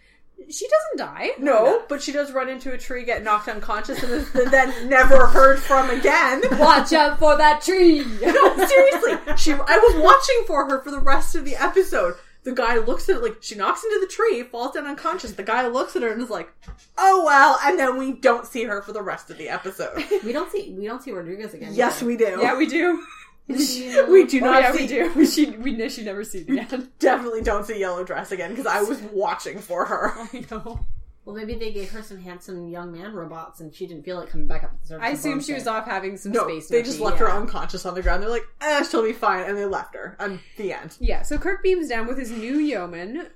S3: she doesn't die.
S4: No, but she does run into a tree, get knocked unconscious, and is then never heard from again.
S3: Watch out for that tree.
S4: No, seriously, she. I was watching for her for the rest of the episode. The guy looks at it like she knocks into the tree, falls down unconscious. The guy looks at her and is like, "Oh well," and then we don't see her for the rest of the episode.
S5: We don't see we don't see Rodriguez again.
S4: yes, we do.
S3: yeah, we do.
S4: we do
S3: Oh,
S4: not
S3: yeah,
S4: see.
S3: we do. She, we she never seen again.
S4: Definitely don't see yellow dress again because I was watching for her.
S3: I know.
S5: Well, maybe they gave her some handsome young man robots, and she didn't feel like coming back up to the surface.
S3: I
S5: of
S3: assume she
S5: Bombay.
S3: was off having some
S4: No,
S3: space.
S4: they
S3: energy,
S4: just left her
S3: yeah.
S4: unconscious on the ground. They're like, eh, she'll be fine. And they left her. And the end.
S3: Yeah, so Kirk beams down with his new yeoman,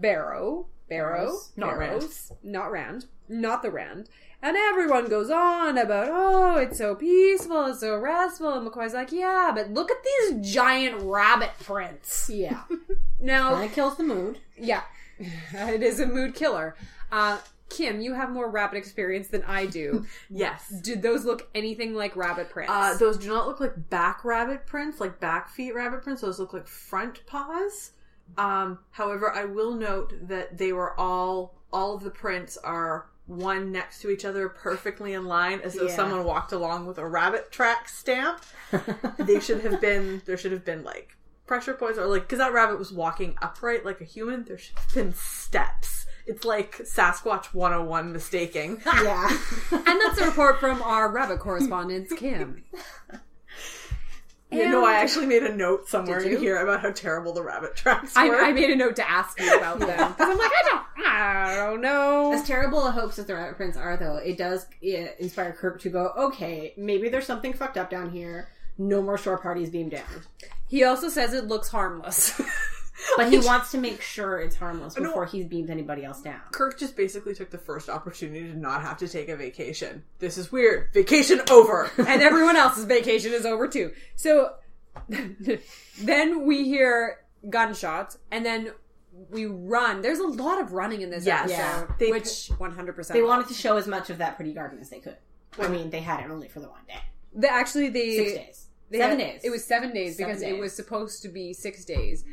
S3: Barrow. Barrow.
S5: Barrows.
S4: Not Rand.
S3: Barrows. Not Rand. Not the Rand. And everyone goes on about, oh, it's so peaceful, it's so restful. And McCoy's like, yeah, but look at these giant rabbit prints.
S5: Yeah,
S3: Now,
S5: that kills the mood.
S3: yeah, it is a mood killer. Uh, Kim, you have more rabbit experience than I do.
S4: Yes.
S3: Did those look anything like rabbit prints?
S4: Uh, those do not look like back rabbit prints, like back feet rabbit prints. Those look like front paws. Um, however, I will note that they were all, all of the prints are one next to each other, perfectly in line, as though
S5: Yeah.
S4: someone walked along with a rabbit track stamp. they should have been, there should have been like pressure points or like, because that rabbit was walking upright like a human, there should have been steps. It's like Sasquatch 101 mistaking.
S5: yeah,
S3: and that's a report from our rabbit correspondent, Kim.
S4: You know, I actually made a note somewhere
S3: Did
S4: in
S3: you?
S4: here about how terrible the rabbit tracks
S3: I,
S4: were.
S3: I made a note to ask you about them because I'm like, I don't, I don't know.
S5: as terrible a hoax as the rabbit prints are, though, it does yeah, inspire Kirk to go, okay, maybe there's something fucked up down here. No more shore parties beamed down,
S3: He also says it looks harmless.
S5: but he wants to make sure it's harmless
S4: No.
S5: before he beams anybody else down.
S4: Kirk just basically took the first opportunity to not have to take a vacation. This is weird. Vacation over.
S3: and everyone else's vacation is over too. So then we hear gunshots, and then we run. There's a lot of running in this
S4: Yes.
S3: episode,
S4: Yeah. They-
S3: which 100. percent
S5: They wanted to show as much of that pretty garden as they could. I mean, they had it only for the one day,
S3: They, actually, they
S5: six days,
S3: They
S5: seven
S3: had-
S5: days.
S3: It was seven days
S5: Seven
S3: because it
S5: days.
S3: was supposed to be six days,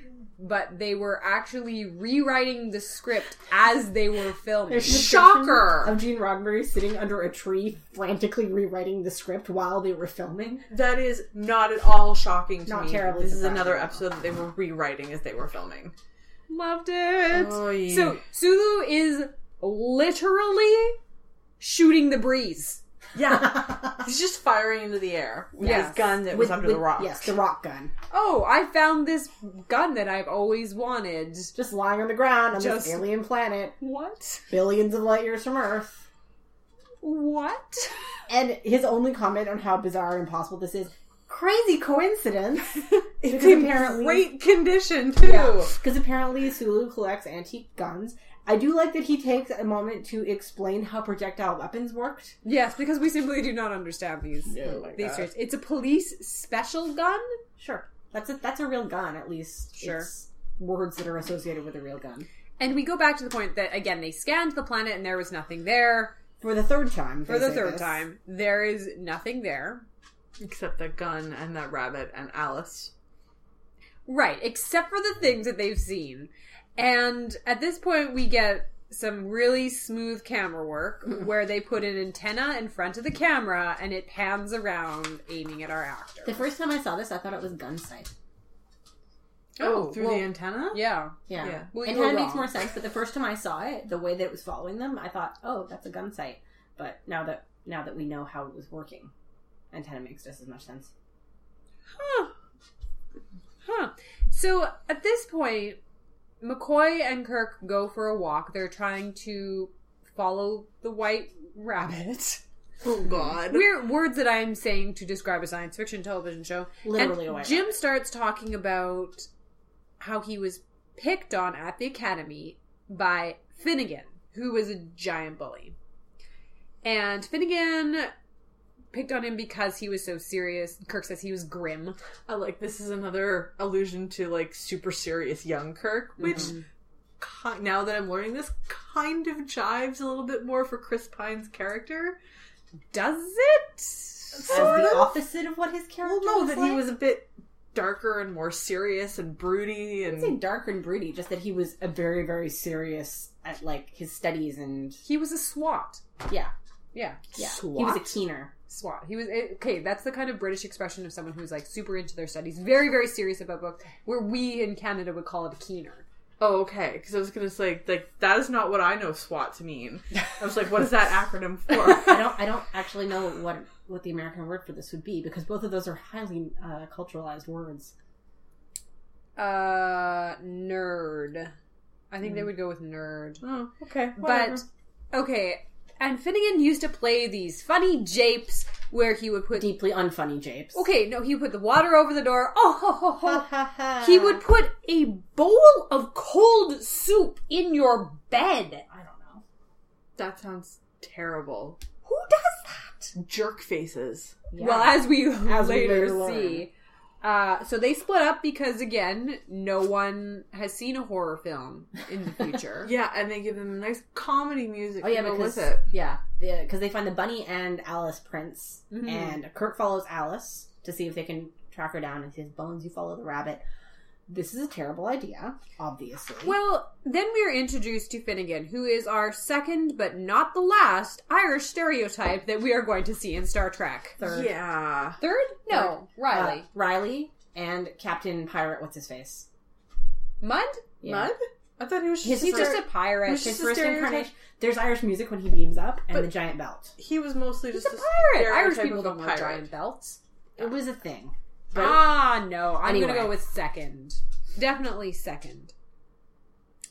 S3: but they were actually rewriting the script as they were filming.
S4: Shocker.
S5: Of Gene Roddenberry sitting under a tree, frantically rewriting the script while they were filming.
S4: That is not at all shocking to
S5: Not
S4: me.
S5: terribly
S4: This is
S5: surprising
S4: another
S5: at all.
S4: episode that they were rewriting as they were filming.
S3: Loved it.
S4: Oh, yeah.
S3: So Sulu is literally shooting the breeze.
S4: Yeah. He's just firing into the air with
S3: Yes.
S4: his gun that was under the rock.
S5: Yes, the rock gun,
S3: Oh, I found this gun that I've always wanted.
S5: just lying on the ground on
S3: Just-
S5: this alien planet,
S3: What?
S5: billions of light years from Earth.
S3: What?
S5: And his only comment on how bizarre and impossible this is: crazy coincidence.
S4: It's
S5: Because
S4: in
S5: apparently-
S4: great condition too.
S5: Because apparently Sulu collects antique guns. I do like that he takes a moment to explain how projectile weapons worked.
S3: yes, because we simply do not understand these
S4: Oh my
S3: these
S4: God.
S3: traits. It's a police special gun.
S5: Sure, that's a that's a real gun. At least
S3: Sure.
S5: it's words that are associated with a real gun.
S3: And we go back to the point that again they scanned the planet and there was nothing there.
S5: For the third time.
S3: For
S5: they
S3: the
S5: say
S3: third
S5: this.
S3: time, there is nothing there.
S4: Except that gun and that rabbit and Alice.
S3: Right, except for the things that they've seen. And at this point we get some really smooth camera work where they put an antenna in front of the camera and it pans around aiming at our actor.
S5: The first time I saw this, I thought it was gun sight.
S3: Oh,
S4: through
S3: well,
S4: the antenna?
S3: Yeah.
S5: Yeah.
S4: Yeah.
S3: Well,
S5: it
S3: you were
S5: kind of
S3: wrong.
S5: makes more sense, but the first time I saw it, the way that it was following them, I thought, oh, that's a gun sight. But now that now that we know how it was working, antenna makes just as much sense.
S3: Huh. Huh. So at this point, McCoy and Kirk go for a walk. They're trying to follow the white rabbit.
S4: Oh god.
S3: Weird words that I'm saying to describe a science fiction television show.
S5: Literally
S3: and
S5: a white
S3: Jim starts talking about how he was picked on at the academy by Finnegan, who was a giant bully. And Finnegan picked on him because he was so serious. Kirk says he was grim.
S4: I like this is another allusion to like super serious young Kirk, which
S5: Mm-hmm.
S4: ki- now that I'm learning this kind of jives a little bit more for Chris Pine's character.
S3: Does it?
S5: As
S4: Sort
S5: the
S4: of.
S5: opposite of what his character
S4: Well, no,
S5: was
S4: that
S5: like.
S4: he was a bit darker and more serious and broody
S5: I wouldn't
S4: and
S5: say dark and broody, just that he was a very, very serious at like his studies and
S3: He was a SWAT.
S5: yeah,
S3: Yeah,
S5: yeah. He was
S4: SWAT?
S5: a keener.
S3: SWAT. He was eh, okay. That's the kind of British expression of someone who's like super into their studies, very very serious about books. Where we in Canada would call it a keener.
S4: oh okay, because I was gonna say like that is not what I know SWAT to mean. I was like, what is that acronym
S5: I
S4: for?
S5: don't, I don't actually know what what the American word for this would be because both of those are highly uh, culturalized words.
S3: Uh, nerd. I
S5: Hmm.
S3: think they would go with nerd.
S4: oh okay, whatever.
S3: But okay, and Finnegan used to play these funny japes where he would put
S5: Deeply unfunny japes.
S3: Okay, no, he would put the water over the door. Oh, ho, ho, ho.
S5: Okay,
S3: He would put a bowl of cold soup in your bed.
S5: I don't know.
S4: that sounds terrible.
S3: Who does that?
S4: Jerk faces.
S5: Yeah.
S3: Well, as we
S5: we
S3: later,
S5: later learn.
S3: see. Uh, so they split up because, again, no one has seen a horror film in the future.
S4: Yeah, and they give them a nice comedy music.
S5: Oh yeah,
S4: to go
S5: because
S4: with it.
S5: yeah, because they find the bunny and Alice prints, and Kirk follows Alice to see if they can track her down. And says, "Bones, you follow the rabbit." This is a terrible idea, obviously.
S3: Well, then we are introduced to Finnegan, who is our second, but not the last, Irish stereotype that we are going to see in Star Trek.
S4: Yeah.
S3: Third? No,
S5: Uh,
S3: Riley.
S5: Riley, and Captain Pirate. What's his face?
S3: Mud?
S4: Mud? I thought he was
S5: He's
S4: just,
S3: He's just
S4: a-
S3: a pirate.
S4: He's
S5: His
S4: just a
S5: first
S4: stereotype.
S5: incarnation. There's Irish music when he beams up, and
S4: But-
S5: the giant belt.
S4: he was mostly
S3: He's
S4: just
S3: a pirate.
S4: stereotype
S3: Irish people
S4: of a
S3: don't wear
S4: pirate.
S3: giant belts.
S5: It was a thing.
S3: ah, no. I'm
S5: Anyway.
S3: gonna go with second. Definitely second.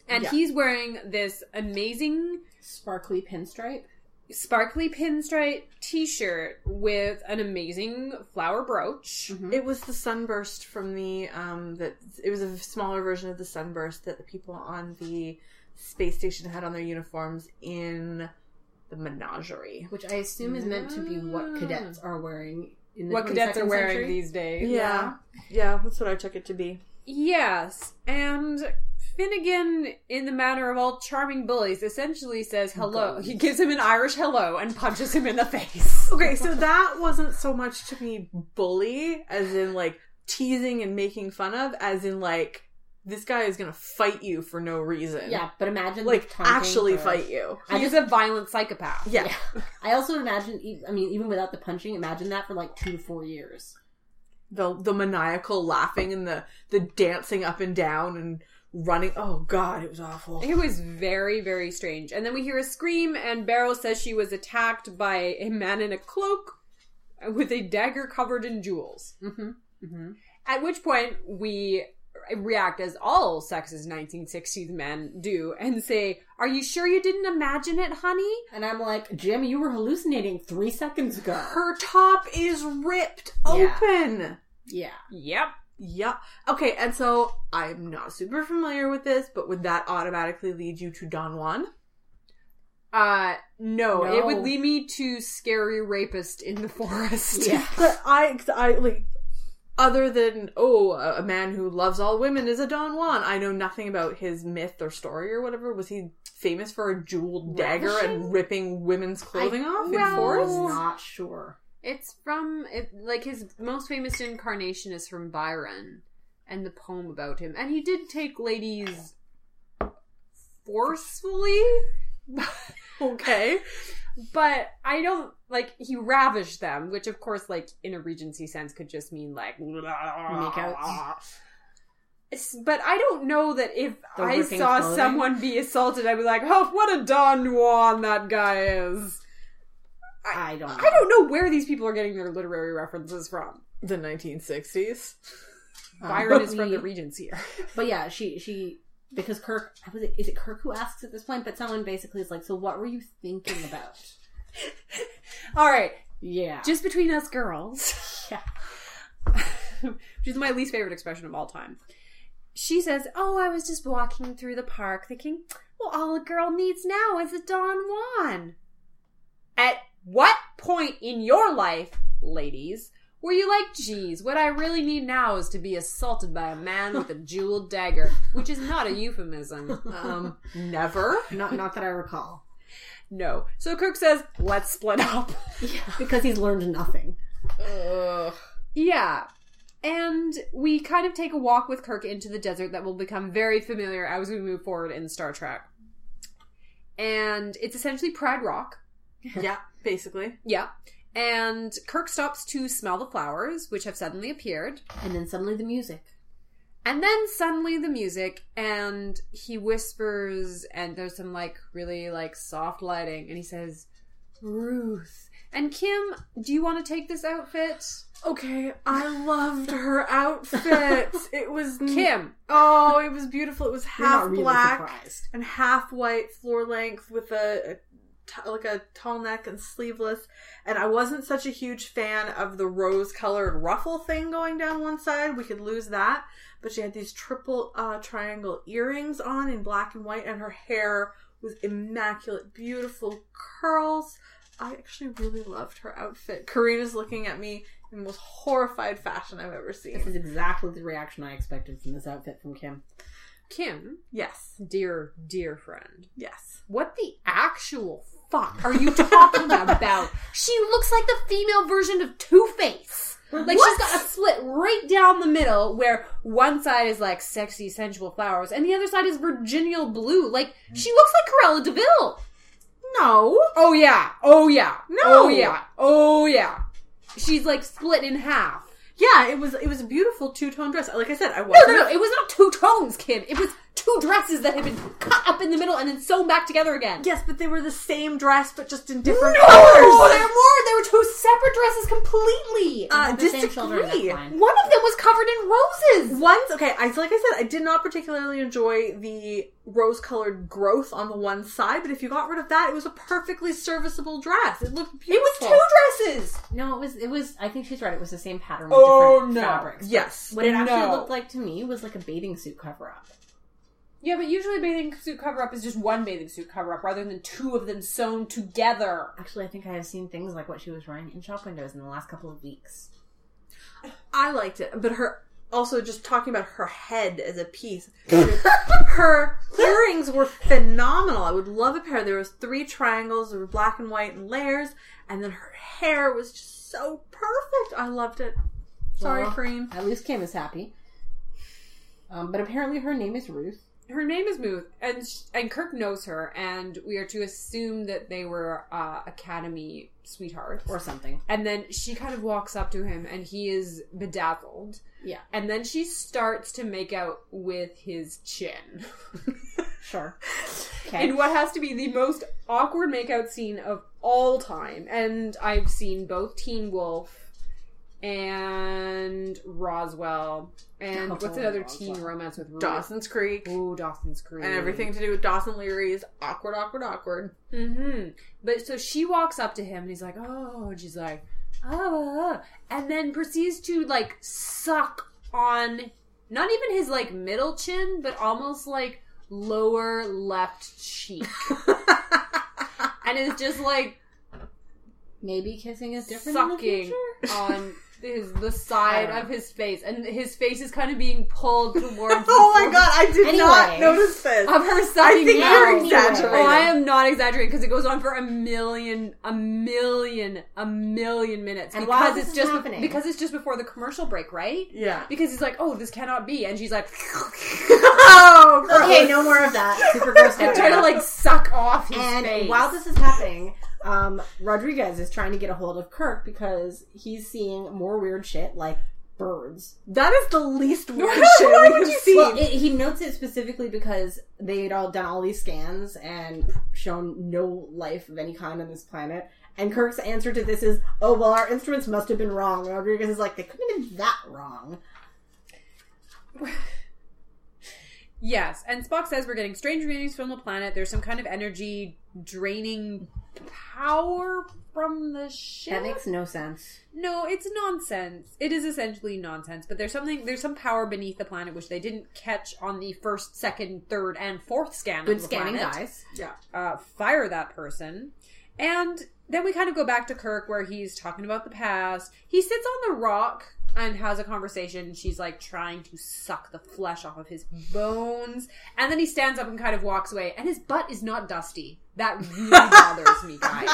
S3: And
S4: Yeah.
S3: he's wearing this amazing
S5: Sparkly pinstripe.
S3: sparkly pinstripe T-shirt with an amazing flower brooch.
S4: It was the sunburst from the um that it was a smaller version of the sunburst that the people on the space station had on their uniforms in the menagerie.
S5: which I assume is meant to be what cadets are wearing. In the
S3: What cadets are
S5: 22nd
S3: wearing
S5: century.
S3: these days?
S4: Yeah. Yeah, that's what I took it to be.
S3: Yes, and Finnegan, in the manner of all charming bullies, essentially says hello. He gives him an Irish hello and punches him in the face.
S4: Okay, so that wasn't so much to me bully as in like teasing and making fun of, as in like this guy is gonna fight you for no reason.
S5: Yeah, but imagine
S4: Like
S5: taunting
S4: actually
S5: for-
S4: fight you.
S5: I
S3: He's a violent psychopath.
S4: Yeah.
S5: I also imagine. e- I mean, even without the punching, imagine that for like two to four years.
S4: The the maniacal laughing and the the dancing up and down and running. Oh god, it was awful.
S3: It was very, very strange. And then we hear a scream, and Barrow says she was attacked by a man in a cloak with a dagger covered in jewels.
S5: Mm-hmm. Mm-hmm.
S3: At which point, we react as all sexist 1960s men do and say, Are you sure you didn't imagine it, honey?
S5: And I'm like, Jim, you were hallucinating three seconds ago.
S4: Her top is ripped
S5: Yeah.
S4: open.
S5: Yeah,
S3: Yep.
S4: Yeah. Okay, and so I'm not super familiar with this, but would that automatically lead you to Don Juan?
S3: Uh, no,
S5: No.
S3: it would lead me to scary rapist in the forest.
S5: yeah.
S4: But I, 'cause I like, other than oh, a a man who loves all women is a Don Juan. I know nothing about his myth or story or whatever. Was he famous for a jeweled dagger and ripping women's clothing off in
S3: well-
S4: forests?
S5: I'm not sure.
S3: It's from it, like his most famous incarnation is from Byron and the poem about him. And he did take ladies forcefully,
S4: Okay.
S3: but I don't like he ravished them, which of course like in a regency sense could just mean like
S5: Makeouts.
S3: It's- But I don't know that if
S5: The
S3: I
S5: ripping
S3: saw
S5: clothing.
S3: someone be assaulted, I'd be like, "Oh, what a Don Juan that guy is."
S5: I don't. Know.
S3: I don't know where these people are getting their literary references from.
S4: The 1960s.
S5: Um,
S3: Byron
S5: but
S3: is from
S5: we-
S3: the Regency.
S5: But yeah, she she because Kirk was it, is it Kirk who asks at this point? But someone basically is like, so what were you thinking about?
S3: All right,
S5: yeah,
S3: just between us girls,
S5: yeah.
S3: which is my least favorite expression of all time. She says, "Oh, I was just walking through the park, thinking, well, all a girl needs now is a Don Juan." At what point in your life, ladies, were you like, geez, what I really need now is to be assaulted by a man with a jeweled dagger, which is not a euphemism.
S4: Um, never.
S5: Not not that I recall.
S3: No. So Kirk says, let's split up.
S5: Because he's learned nothing.
S4: Ugh.
S3: Yeah. And we kind of take a walk with Kirk into the desert that will become very familiar as we move forward in Star Trek. And it's essentially Pride Rock.
S4: Yeah, basically.
S3: Yeah. And Kirk stops to smell the flowers, which have suddenly appeared.
S5: And then suddenly the music.
S3: And then suddenly the music, and he whispers, and there's some like really like soft lighting, and he says, Ruth. And Kim, do you want to take this outfit?
S4: Okay, I loved her outfit. It was
S3: Kim,
S4: Oh, it was beautiful. It was
S5: You're
S4: half
S5: not really
S4: black
S5: surprised.
S4: and half white, floor length with a, a t- like a tall neck and sleeveless. And I wasn't such a huge fan of the rose-colored ruffle thing going down one side. We could lose that, but she had these triple uh, triangle earrings on in black and white, and her hair was immaculate, beautiful curls. I actually really loved her outfit. Karina's looking at me in the most horrified fashion I've ever
S5: This
S4: seen.
S5: is exactly the reaction I expected from this outfit from Kim.
S3: Kim,
S4: Yes,
S3: dear, dear friend,
S4: yes.
S3: what the actual fuck are you talking about? She looks like the female version of Two Face. Like she's got a split right down the middle where one side is like sexy, sensual flowers, and the other side is Virginial blue. Like she looks like Corella Deville.
S4: No.
S3: Oh yeah. Oh yeah.
S4: No.
S3: Oh yeah. Oh yeah. She's like split in half.
S4: Yeah, it was it was a beautiful two tone dress. Like I said, I
S3: No,
S4: wasn't.
S3: no, no. It was not two tones, Kim. It was two dresses that had been cut up in the middle and then sewn back together again.
S4: Yes, but they were the same dress, but just in different
S3: Oh, there were.
S4: colors.
S3: There were two separate dresses completely.
S4: Uh,
S5: The same shoulder
S4: disagree.
S5: neckline.
S3: One of them was covered in roses.
S4: Once, okay, I like I said, I did not particularly enjoy the rose colored growth on the one side, but if you got rid of that, it was a perfectly serviceable dress. It looked
S3: It was
S4: beautiful.
S3: two dresses.
S5: No, it was it was. I think she's right. It was the same pattern. With
S3: Oh,
S5: different
S3: no.
S5: Fabrics.
S4: Yes.
S5: What it actually
S3: No.
S5: looked like to me was like a bathing suit cover up.
S3: Yeah, but usually bathing suit cover up is just one bathing suit cover up rather than two of them sewn together.
S5: Actually, I think I have seen things like what she was wearing in shop windows in the last couple of weeks.
S4: I liked it, but her also just talking about her head as a piece. her earrings were phenomenal. I would love a pair. There was three triangles, there were black and white and layers, and then her hair was just so perfect. I loved it. Sorry,
S5: Well,
S4: Kareem.
S5: At least Kim is happy. Um, but apparently her name is Ruth.
S3: Her name is Muth, and sh- and Kirk knows her, and we are to assume that they were uh, academy sweethearts.
S5: or something.
S3: And then she kind of walks up to him, and he is bedazzled.
S5: Yeah.
S3: And then she starts to make out with his chin.
S5: Sure.
S3: in what has to be the most awkward makeout scene of all time. And I've seen both Teen Wolf and Roswell. And
S5: Oh,
S3: what's another
S5: Roswell.
S3: teen romance with Ru-
S4: Dawson's Creek
S3: Ooh, Dawson's Creek.
S4: and everything to do with Dawson Leary is awkward, awkward, awkward.
S3: Mm-hmm. But so she walks up to him and he's like, oh, and she's like, oh, and then proceeds to like suck on not even his like middle chin, but almost like lower left cheek. and is just like
S5: Maybe kissing is different in the
S3: sucking
S5: future?
S3: on his the side
S5: I don't
S3: of his face. And his face is kind of being pulled towards
S4: Oh my god, I did not
S5: Anyway.
S4: notice this.
S3: of her sucking
S4: think
S3: down.
S4: you're exaggerating.
S3: Oh, I am not exaggerating because it goes on for a million, a million, a million minutes.
S5: And
S3: because
S5: while this
S3: it's
S5: is
S3: just
S5: happening-
S3: because it's just before the commercial break, right?
S4: Yeah.
S3: Because he's like, "Oh, this cannot be," and she's like,
S4: Oh,
S5: Okay, no more of that. Super grossed out.
S3: trying to like suck off his
S5: And
S3: face.
S5: while this is happening, um, Rodriguez is trying to get a hold of Kirk because he's seeing more weird shit like birds.
S4: that is the least weird
S3: Why
S4: shit
S3: would
S4: we have
S3: you-
S4: seen.
S5: Well, it, he notes it specifically because they had all done all these scans and shown no life of any kind on this planet. And Kirk's answer to this is, "Oh well, our instruments must have been wrong." And Rodriguez is like, "They couldn't have been that wrong."
S3: yes, and Spock says we're getting strange readings from the planet. There's some kind of energy draining power from the ship.
S5: That makes no sense.
S3: No, it's nonsense. It is essentially nonsense, but there's something there's some power beneath the planet which they didn't catch on the first, second, third, and fourth scan. of
S5: Good
S3: the
S5: scanning,
S3: planet.
S5: guys.
S4: yeah.
S3: Uh, fire that person. And then we kind of go back to Kirk where he's talking about the past. He sits on the rock and has a conversation. and She's like trying to suck the flesh off of his bones. And then he stands up and kind of walks away. And his butt is not dusty. That really bothers me, guys.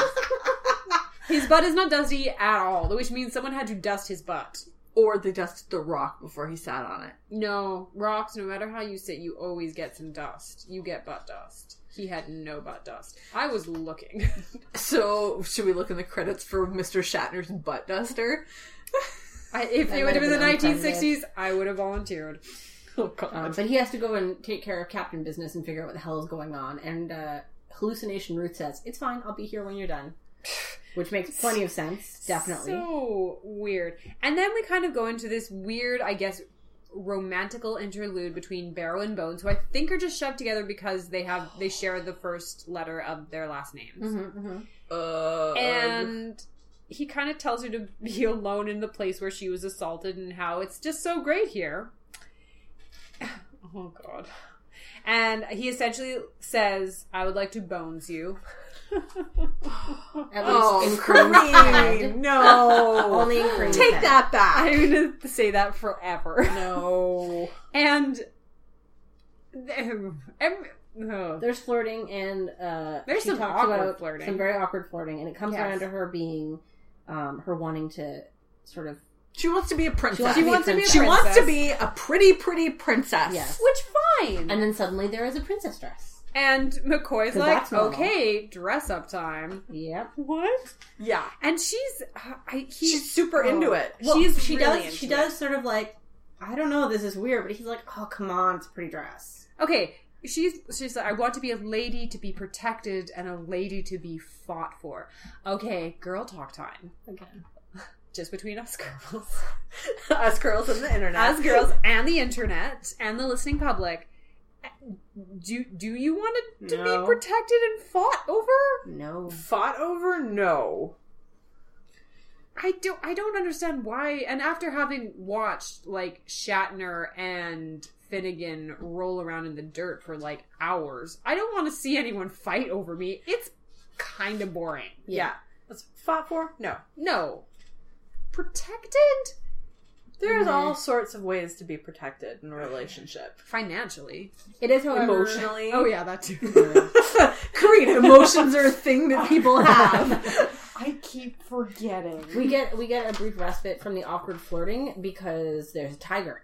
S3: His butt is not dusty at all, which means someone had to dust his butt.
S4: Or they dusted the rock before he sat on it.
S3: No, rocks, no matter how you sit, you always get some dust. You get butt dust. He had no butt dust. I was looking.
S4: So, should we look in the credits for Mr. Shatner's butt duster?
S3: I, if
S5: That
S3: it
S5: might
S3: would have
S5: have
S3: been the
S5: been unfriended.
S3: 1960s, I would have volunteered.
S4: Oh, God.
S5: Um, but he has to go and take care of captain business and figure out what the hell is going on. And uh, hallucination Root says, "It's fine. I'll be here when you're done," which makes plenty of sense. Definitely.
S3: So weird. And then we kind of go into this weird, I guess, romantical interlude between Barrow and Bones, who I think are just shoved together because they have they share the first letter of their last names.
S5: Mm-hmm,
S4: Uh,
S3: And he kind of tells her to be alone in the place where she was assaulted and how it's just so great here. oh god. And he essentially says, I would like to bones you.
S5: At least
S4: oh,
S5: in Korean
S4: Kareem,
S5: head.
S4: no.
S5: Only in Korean
S4: Take
S5: head.
S4: that back.
S3: I'm going to say that forever.
S4: no.
S3: And every, oh.
S5: There's flirting and uh,
S3: There's
S5: she
S3: some
S5: talks
S3: awkward
S5: about
S3: flirting.
S5: some very awkward flirting, and it comes
S3: Yes.
S5: down to her being, um, her wanting to sort of
S4: She wants to be a princess.
S5: She wants to be a
S4: She wants to
S3: princess.
S4: be a pretty, pretty princess.
S5: Yes.
S3: which fine. And,
S5: And then suddenly there is a princess dress.
S3: McCoy's
S5: 'Cause
S3: like,
S5: that's normal.
S3: okay, dress up time.
S5: Yep.
S3: What?
S4: Yeah.
S3: And she's, I, he,
S4: She's super into it.
S5: She's, she
S3: really
S5: does.
S3: into
S5: She
S3: it.
S5: does sort of like, I don't know, this is weird, but he's like, oh come on, it's a pretty dress.
S3: Okay, she's she's like, I want to be a lady to be protected and a lady to be fought for. Okay, girl talk time.
S5: Again.
S3: Just between us girls.
S4: Us girls on the internet.
S3: As girls and the internet and the listening public. Do do you want it to
S4: No.
S3: be protected and fought over?
S5: No.
S4: Fought over? No.
S3: I don't I don't understand why and after having watched like Shatner and Finnegan roll around in the dirt for like hours, I don't want to see anyone fight over me. It's kind of boring.
S4: Yeah. That's fought for? No.
S3: No. Protected?
S4: There's all sorts of ways to be protected in a relationship.
S3: Financially.
S5: It is however
S4: Emotionally.
S3: Oh, yeah, that too.
S4: Karina, emotions are a thing that people have.
S3: I keep forgetting.
S5: We get we get a brief respite from the awkward flirting because there's a tiger.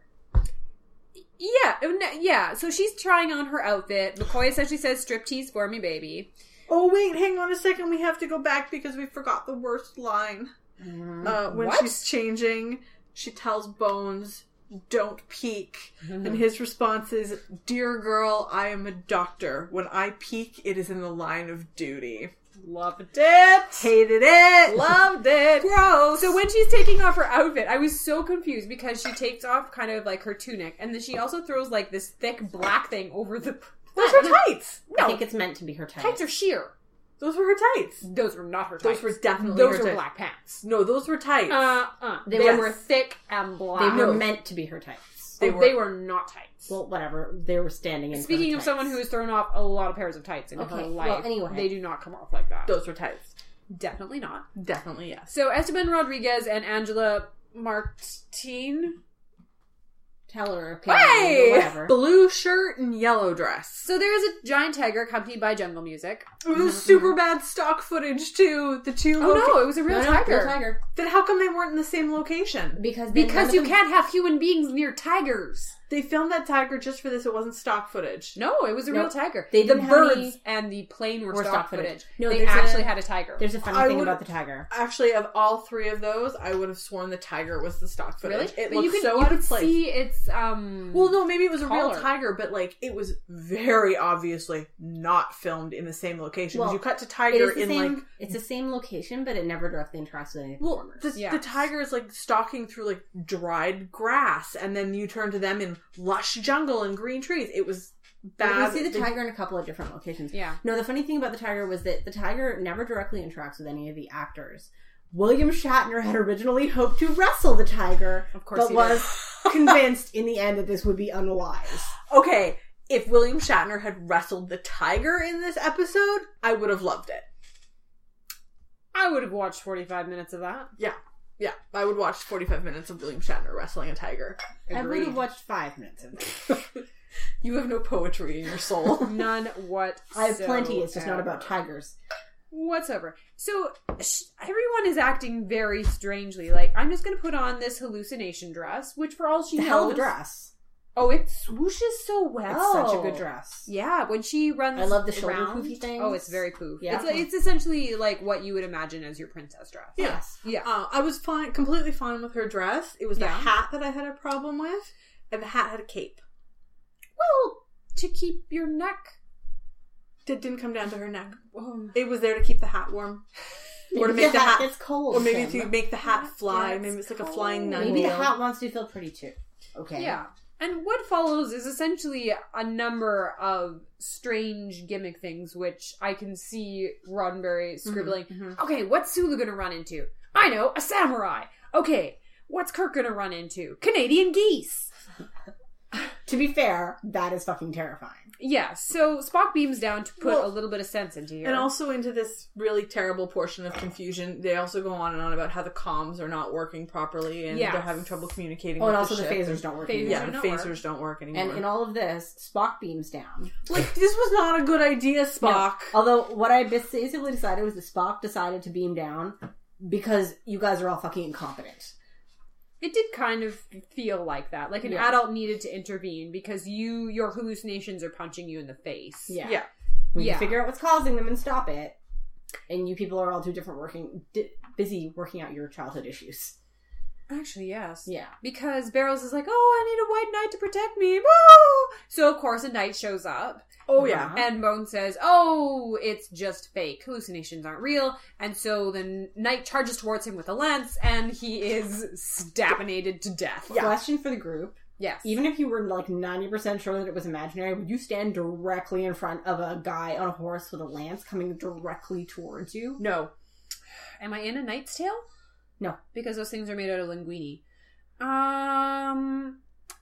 S3: Yeah, oh, no, yeah. So she's trying on her outfit. McCoy essentially says, striptease for me, baby.
S4: oh, wait, hang on a second. We have to go back because we forgot the worst line. Uh, when
S3: Mm-hmm. What?
S4: she's changing, she tells Bones, don't peek.
S3: Mm-hmm.
S4: And his response is, Dear girl, I am a doctor. When I peek, it is in the line of duty.
S3: Loved it.
S4: Hated it.
S3: Loved it.
S4: Gross.
S3: So when she's taking off her outfit, I was so confused because she takes off kind of like her tunic, and then she also throws like this thick black thing over the.
S4: Those were tights.
S5: I
S3: No,
S5: think it's meant to be her tiger.
S3: tights are sheer.
S4: Those were her tights.
S3: Those were not her
S4: Those
S3: tights.
S4: were definitely
S3: those
S4: her
S3: were
S4: tights.
S3: black pants.
S4: No, those were tights.
S3: Uh, uh. They
S5: Yes.
S3: were thick and black.
S5: they were meant to be her tights.
S3: Oh, They,
S4: They
S3: were,
S4: were-
S3: not tights.
S5: Well, whatever. They were standing in. for
S3: Speaking
S5: her
S3: of someone who
S5: tights.
S3: has thrown off a lot of pairs of tights in her
S5: Okay,
S3: life,
S5: well, anyway.
S3: they do not come off like that.
S4: those were tights.
S3: Definitely not.
S4: Definitely yes.
S3: So Esteban Rodriguez and Angela Martin.
S5: Teller, okay,
S3: Hey!
S5: whatever.
S4: Blue shirt and yellow dress.
S3: So there is a giant tiger accompanied by jungle music.
S4: It was super bad stock footage too. The two.
S3: Mm-hmm, Oh
S4: loca-
S3: no, it was a real
S5: No, no,
S3: tiger.
S5: real tiger.
S4: Then how come they weren't in the same location?
S5: Because then none
S3: Because
S5: of
S3: you
S5: them-
S3: can't have human beings near tigers.
S4: They filmed that tiger just for this. It wasn't stock footage.
S3: No, it was a
S5: No,
S3: real tiger.
S5: they
S3: the
S5: didn't have
S3: birds
S5: any-
S3: and the plane were,
S5: were
S3: stock
S5: stock
S3: footage.
S5: footage. No,
S3: they
S5: there's
S3: actually
S5: a-
S3: had a tiger.
S5: There's a funny
S4: I
S5: thing
S4: would-
S5: about the tiger.
S4: Actually, of all three of those, I would have sworn the tiger was the stock
S3: really?
S4: footage. It
S3: but
S4: looked
S3: you can,
S4: so
S3: you
S4: out
S3: can
S4: of place.
S3: see it's um.
S4: Well, no, maybe it was a
S3: Collar.
S4: real tiger, but like it was very obviously not filmed in the same location. 'Cause
S5: Well,
S4: you cut to
S5: It
S4: tiger
S5: is the
S4: in
S5: same.
S4: like
S5: it's the same location, but it never directly interacts with any of the
S4: well,
S5: performers.
S4: the,
S3: Yeah.
S4: the tiger is like stalking through like dried grass, and then you turn to them in lush jungle and green trees. It was bad.
S5: You see the
S4: They-
S5: tiger in a couple of different locations.
S3: Yeah.
S5: No, the funny thing about the tiger was that the tiger never directly interacts with any of the actors. William Shatner had originally hoped to wrestle the tiger,
S3: Of course
S5: but
S3: he
S5: was convinced in the end that this would be unwise.
S4: Okay, if William Shatner had wrestled the tiger in this episode, I would have loved it.
S3: I would have watched 45 minutes of that.
S4: Yeah. Yeah. I would watch 45 minutes of William Shatner wrestling a tiger.
S5: I would
S4: Agreed.
S5: have watched five minutes of that.
S4: You have no poetry in your soul.
S3: None what.
S5: I have plenty. It's just not about tigers.
S3: whatsoever. So sh- everyone is acting very strangely. Like I'm just going to put on this hallucination dress, which for all she
S5: The
S3: knows,
S5: hell of a dress.
S3: oh, it swooshes so well.
S5: It's such a good dress.
S3: Yeah, when she runs,
S5: I love the shoulder
S3: around-
S5: poofy things.
S3: Oh, it's very poof.
S5: Yeah.
S3: it's, it's essentially like what you would imagine as your princess dress.
S5: Yes.
S3: yeah.
S4: Uh, I was fine, completely fine with her dress. It was the
S3: Yeah.
S4: hat that I had a problem with, and the hat had a cape.
S3: Well, to keep your neck.
S4: It didn't come down to her neck.
S3: Oh,
S4: It was there to keep the hat warm, or to make the hat,
S5: gets cold.
S4: or maybe
S5: Kim.
S4: to make the hat fly.
S3: Yeah,
S4: maybe
S3: it's
S4: it's like a flying
S3: cold.
S4: nun.
S5: maybe the
S4: wheel.
S5: hat wants to feel pretty too. Okay.
S3: Yeah. And what follows is essentially a number of strange gimmick things, which I can see Roddenberry
S5: Mm-hmm,
S3: scribbling. Okay, what's Sulu gonna run into? I know, a samurai. Okay, what's Kirk gonna run into? Canadian geese.
S5: To be fair, that is fucking terrifying.
S3: Yeah, so Spock beams down to put
S4: Well,
S3: a little bit of sense into here.
S4: And also into this really terrible portion of confusion. They also go on and on about how the comms are not working properly and
S3: Yeah.
S4: they're having trouble communicating.
S5: Oh,
S4: with
S5: and also the,
S4: ship.
S5: phasers don't work.
S3: Phasers
S5: anymore.
S4: Yeah,
S3: do
S4: the
S3: not work.
S4: phasers don't work anymore.
S5: And in all of this, Spock beams down.
S4: like this was not a good idea, Spock.
S5: Although what I basically decided was that Spock decided to beam down because you guys are all fucking incompetent.
S3: it did kind of feel like that. Like an
S5: Yeah.
S3: adult needed to intervene because you your hallucinations are punching you in the face.
S5: Yeah.
S4: Yeah.
S5: We need to
S3: Yeah.
S5: figure out what's causing them and stop it. And you people are all too different working di- busy working out your childhood issues.
S3: Actually, yes.
S5: Yeah.
S3: because Barrels is like, "Oh, I need a white knight to protect me." Woo! So of course, a knight shows up,
S4: Oh yeah.
S5: Uh-huh.
S3: and Bone says, "Oh, it's just fake. Hallucinations aren't real." And so the knight charges towards him with a lance, and he is stabinated to death.
S4: Yeah.
S5: Question for the group.
S3: Yes.
S5: Even if you were like 90% sure that it was imaginary, would you stand directly in front of a guy on a horse with a lance coming directly towards you?
S4: No.
S3: Am I in a knight's tale?
S5: No.
S3: because those things are made out of linguine. Um,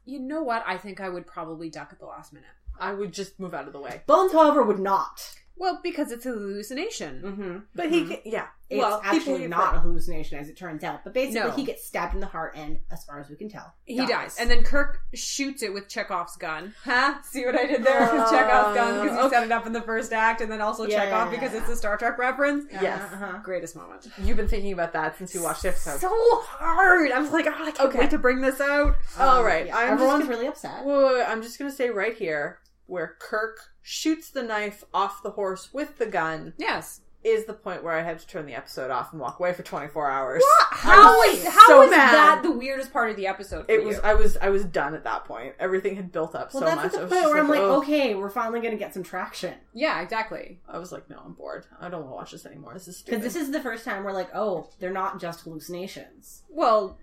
S3: you know what? I think I would probably duck at the last minute.
S4: I would just move out of the way.
S5: Bones, however, would not.
S3: Well, because it's a hallucination.
S5: Mm-hmm.
S4: But he can, yeah.
S5: It's
S4: well, he
S5: actually
S4: believed
S5: not
S4: her.
S5: a hallucination, as it turns out. But basically,
S3: No.
S5: he gets stabbed in the heart, and as far as we can tell,
S3: He dies. And then Kirk shoots it with Chekhov's gun. Huh? See what I did there with
S4: Uh,
S3: Chekhov's gun? Because you
S4: okay.
S3: set it up in the first act and then also
S5: Yeah,
S3: Chekhov
S5: yeah, yeah.
S3: because it's a Star Trek reference.
S5: Uh-huh,
S4: Yes.
S3: Greatest moment.
S4: You've been thinking about that since you watched the episode.
S3: So hard. I was like, oh, I can't
S4: Okay.
S3: wait to bring this out.
S4: All right.
S5: Um, yeah,
S4: I'm
S5: everyone's
S4: just gonna,
S5: really upset.
S4: wait, wait, wait, I'm just going to say right here where Kirk shoots the knife off the horse with the gun
S3: Yes.
S4: is the point where I had to turn the episode off and walk away for 24 hours.
S3: How
S4: was
S3: is how is
S4: so mad.
S3: that the weirdest part of the episode? For
S4: It was I was I was done at that point. Everything had built up
S5: well,
S4: so
S5: that's
S4: much.
S5: at the
S4: I was
S5: point
S4: just oh.
S5: where I'm like,
S4: "Ugh."
S5: okay, we're finally going to get some traction
S3: you. Yeah, exactly.
S4: I was like, no, I'm bored. I don't want to watch this anymore. This is
S5: because
S4: stupid.
S5: this is the first time we're like, oh, they're not just hallucinations.
S3: Well,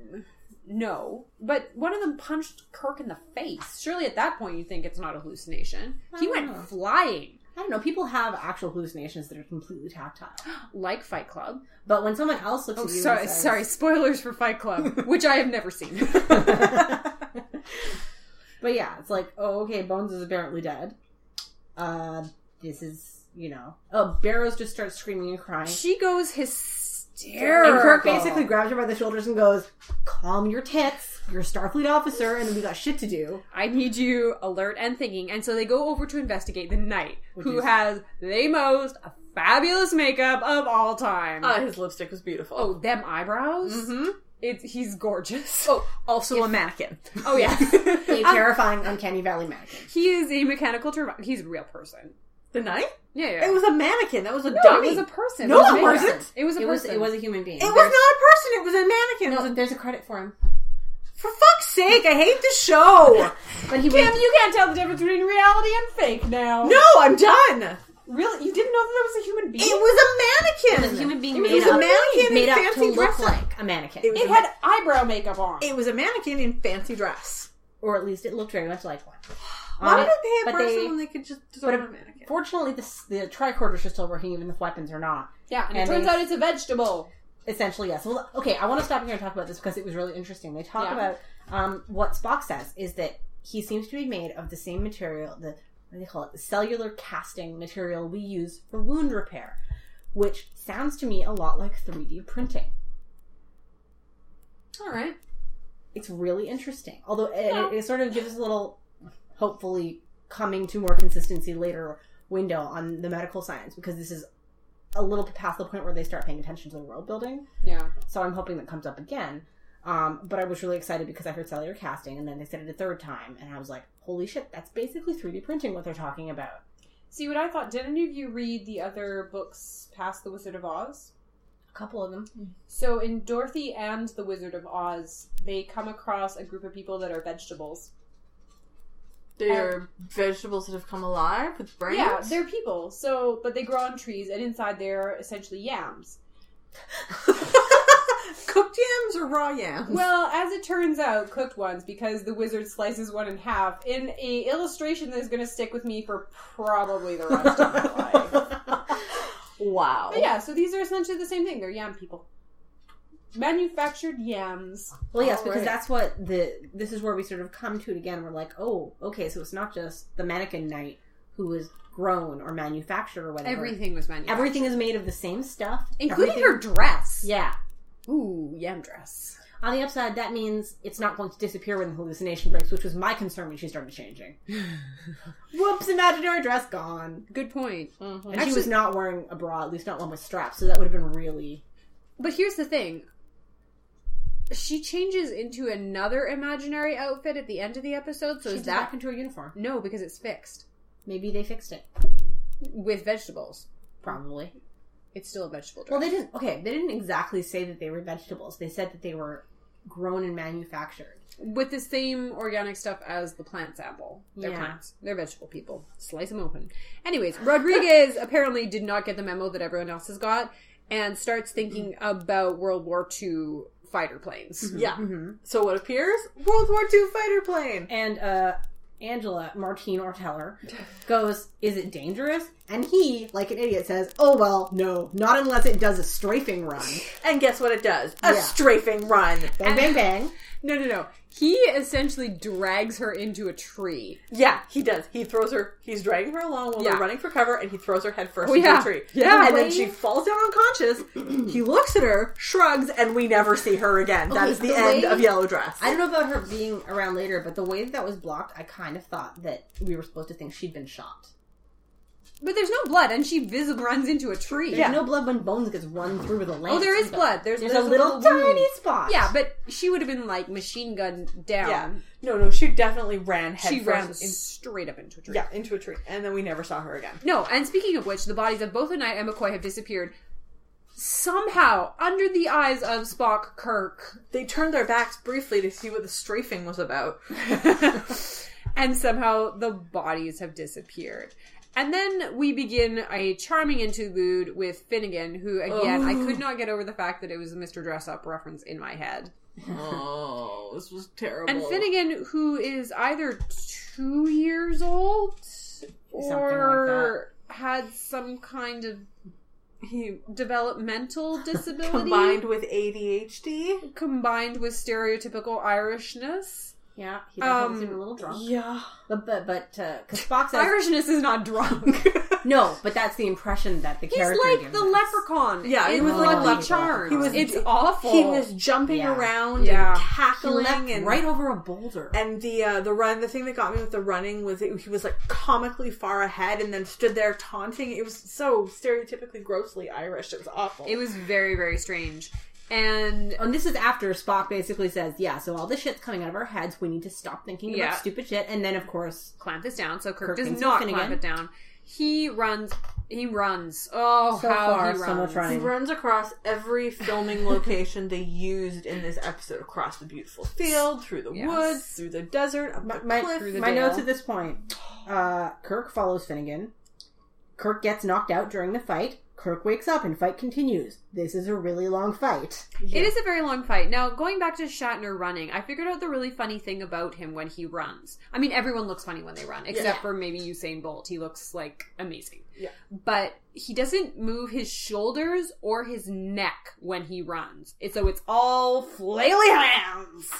S3: no. But one of them punched Kirk in the face. Surely at that point you think it's not a hallucination. He
S5: I
S3: went
S5: don't know.
S3: flying
S5: I don't know. People have actual hallucinations that are completely tactile,
S3: like Fight Club.
S5: but when someone else looks
S3: Oh,
S5: at you, and
S3: sorry,
S5: says-
S3: sorry. Spoilers for Fight Club, which I have never seen.
S5: But yeah, it's like, oh, okay, Bones is apparently dead. Uh, this is, you know, oh, Barrows just starts screaming and crying.
S3: she goes hysterical.
S5: And Kirk basically grabs her by the shoulders and goes, "Calm your tits. You're a Starfleet officer, and we got shit to do."
S3: I need you alert and thinking. And so they go over to investigate the knight,
S5: Which
S3: who
S5: is-
S3: has the most fabulous makeup of all time.
S5: Uh,
S4: Ah, his lipstick was beautiful.
S3: oh, them eyebrows. Mm-hmm. It's he's gorgeous.
S4: oh also a mannequin.
S3: oh yes,
S5: A terrifying, uncanny valley mannequin.
S3: he is a mechanical turbo. He's a real person.
S4: The knife?
S3: Yeah, yeah.
S4: It was a mannequin. That was a
S3: no,
S4: dummy.
S3: it was a person. It
S4: No,
S3: was
S4: it
S3: a
S4: wasn't.
S3: person. It was a
S5: It was,
S3: person.
S5: it was a human being.
S4: It was not a person. It was a mannequin. It was
S5: No, there's a credit for him,
S4: a- for fuck's sake, I hate the show.
S5: but he
S3: Kim,
S5: was.
S3: you can't tell the difference between reality and fake now.
S4: no, I'm done.
S3: really, you didn't know that that was a human being.
S4: It was a mannequin.
S5: a human being
S4: It was
S5: made
S4: a
S5: up,
S4: mannequin
S5: made
S4: in
S5: up
S4: fancy
S5: to look
S4: dress.
S5: like a mannequin,
S4: It was-
S3: It had eyebrow makeup on.
S4: It was a mannequin in fancy dress.
S5: or at least it looked very much like one. Um,
S4: Why
S5: On
S4: would
S5: it,
S4: I pay a
S5: but
S4: person
S5: they-
S4: when they could just throw
S5: but
S4: in a
S5: it-
S4: mannequin?
S5: Fortunately, this, the tricorders are still working, even if weapons are not.
S3: yeah, and,
S5: and
S3: it turns
S5: they-
S3: out it's a vegetable.
S5: Essentially, yes. Well, okay, I want to stop here and talk about this because it was really interesting. They talk
S3: Yeah.
S5: about um, what Spock says is that he seems to be made of the same material, the what do they call it, the cellular casting material we use for wound repair, which sounds to me a lot like 3D printing.
S4: All right.
S5: It's really interesting. Although it, it sort of gives a little, hopefully, coming to more consistency later window on the medical science because this is a little bit past the point where they start paying attention to the world building.
S3: Yeah.
S5: So I'm hoping that comes up again. Um, but I was really excited because I heard cellular casting, and then they said it a third time, and I was like, "Holy shit, that's basically 3D printing what they're talking about."
S3: See what I thought. Did any of you read the other books past The Wizard of Oz?
S5: A couple of them.
S3: So in Dorothy and The Wizard of Oz, they come across a group of people that are vegetables.
S4: They're vegetables that have come alive with brains.
S3: Yeah, they're people. So, but they grow on trees, and inside they're essentially yams.
S4: cooked yams or raw yams.
S3: Well, as it turns out, cooked ones because the wizard slices one in half in a illustration that is going to stick with me for probably the rest of my life.
S4: wow.
S3: But yeah, so these are essentially the same thing. They're yam people. Manufactured yams.
S5: Well, yes,
S4: All
S5: because
S4: right.
S5: that's what the this is where we sort of come to it again. We're like, oh, okay, so it's not just the mannequin knight who was grown or manufactured or whatever.
S3: was manufactured.
S5: Everything is made of the same stuff,
S3: Including
S5: Everything-
S3: her dress.
S5: Yeah.
S3: Ooh, yam dress.
S5: On the upside, that means it's not going to disappear when the hallucination breaks, which was my concern when she started changing. Whoops! Imaginary dress gone,
S3: Good point.
S5: and she
S3: Actually-
S5: was not wearing a bra, at least not one with straps, so that would have been really
S3: But here's the thing. She changes into another imaginary outfit at the end of the episode, so
S5: She's
S3: is that
S5: back into a uniform.
S3: No, because it's fixed.
S5: Maybe they fixed it,
S3: With vegetables.
S5: probably.
S3: It's still a vegetable dress.
S5: Well, they didn't. Okay, they didn't exactly say that they were vegetables. They said that they were grown and manufactured.
S3: with the same organic stuff as the plant sample. They're
S5: Yeah.
S3: plants. They're vegetable people. Slice them open. Anyways, Rodriguez apparently did not get the memo that everyone else has got and starts
S4: Mm-hmm.
S3: thinking about World War II fighter planes.
S4: Yeah.
S3: Mm-hmm.
S4: So what appears? World War II fighter plane.
S5: And uh, Angela Martine Orteller goes, "Is it dangerous?" And he, like an idiot, says, "Oh well, no, not unless it does a strafing run."
S4: And guess what it does? A strafing run.
S5: Bang, bang, bang.
S3: No, no, no. He essentially drags her into a tree.
S4: Yeah, he does. He throws her. He's dragging her along while
S3: Yeah.
S4: they're running for cover, and he throws her head first
S3: Oh,
S4: into
S3: yeah.
S4: a tree.
S3: Yeah.
S4: and
S3: Wait.
S4: then she falls down unconscious. he looks at her, shrugs, and we never see her again. that
S5: Okay,
S4: is the,
S5: the
S4: end
S5: way-
S4: of Yellow Dress.
S5: I don't know about her being around later, but the way that that was blocked, I kind of thought that we were supposed to think she'd been shot.
S3: But there's no blood and she visibly runs into a tree.
S5: There's no blood when Bones gets run through with a lance.
S3: Oh, there is
S5: but
S3: blood. There's,
S5: There's,
S3: there's
S5: a little,
S3: wound.
S5: tiny spot.
S3: Yeah, but she would have been like machine gun down.
S4: yeah, no, no, she definitely ran head
S3: She
S4: first
S3: ran
S4: in-
S3: straight up into a tree.
S4: yeah, into a tree, and then we never saw her again.
S3: No, and speaking of which, the bodies of both Anaya and McCoy have disappeared somehow under the eyes of Spock Kirk.
S4: They turned their backs briefly to see what the strafing was about.
S3: and somehow the bodies have disappeared. And then we begin a charming interlude with Finnegan, who, again, I could not get over the fact that it was a Mr. Dress Up reference in my head.
S4: oh, this was terrible.
S3: And Finnegan, who is either two years old or had some kind of
S4: he
S3: developmental disability
S4: combined with ADHD.
S3: combined with stereotypical Irishness.
S5: Yeah, he definitely
S3: Um,
S5: seemed a little drunk.
S4: Yeah.
S5: But but but uh, 'cause Spock says
S3: Irishness is not drunk.
S5: no, but that's the impression that the
S3: He's
S5: character
S3: like
S5: gives
S3: the
S5: us.
S3: leprechaun.
S4: Yeah,
S3: he
S4: he
S3: was
S4: was
S5: like a
S3: Lucky
S5: leprechaun.
S3: Charms.
S5: He was-
S3: it's awful.
S4: He was jumping
S5: Yeah.
S4: around
S3: Yeah.
S4: and
S5: He
S4: cackling
S5: leapt
S4: and
S5: right over a boulder.
S4: And the uh, the run, the thing that got me with the running was it, he was like comically far ahead and then stood there taunting. It was so stereotypically grossly Irish. It was awful.
S3: It was very very strange, and
S5: and this is after Spock basically says, "Yeah, so all this shit's coming out of our heads. We need to stop thinking
S3: Yeah.
S5: about stupid shit." And then, of course,
S3: clamp this down. So Kirk,
S5: Kirk
S3: does
S5: thinks
S3: not
S5: he's
S3: clamp
S5: Finnegan.
S3: it down. He runs. He runs. Oh,
S5: So
S3: how
S5: far,
S3: he runs!
S5: so much running.
S4: he runs across every filming location they used in this episode, across the beautiful field, through the
S3: Yes.
S4: woods, through the desert, up the
S5: my,
S4: cliff.
S3: through the
S5: my
S3: dale.
S5: notes at this point: uh, Kirk follows Finnegan. Kirk gets knocked out during the fight. Kirk wakes up and fight continues. This is a really long fight.
S3: It is a very long fight. Now, going back to Shatner running, I figured out the really funny thing about him when he runs. I mean, everyone looks funny when they run, except for maybe Usain Bolt. He looks like amazing.
S4: Yeah.
S3: But he doesn't move his shoulders or his neck when he runs. It's, so it's all flaily hands.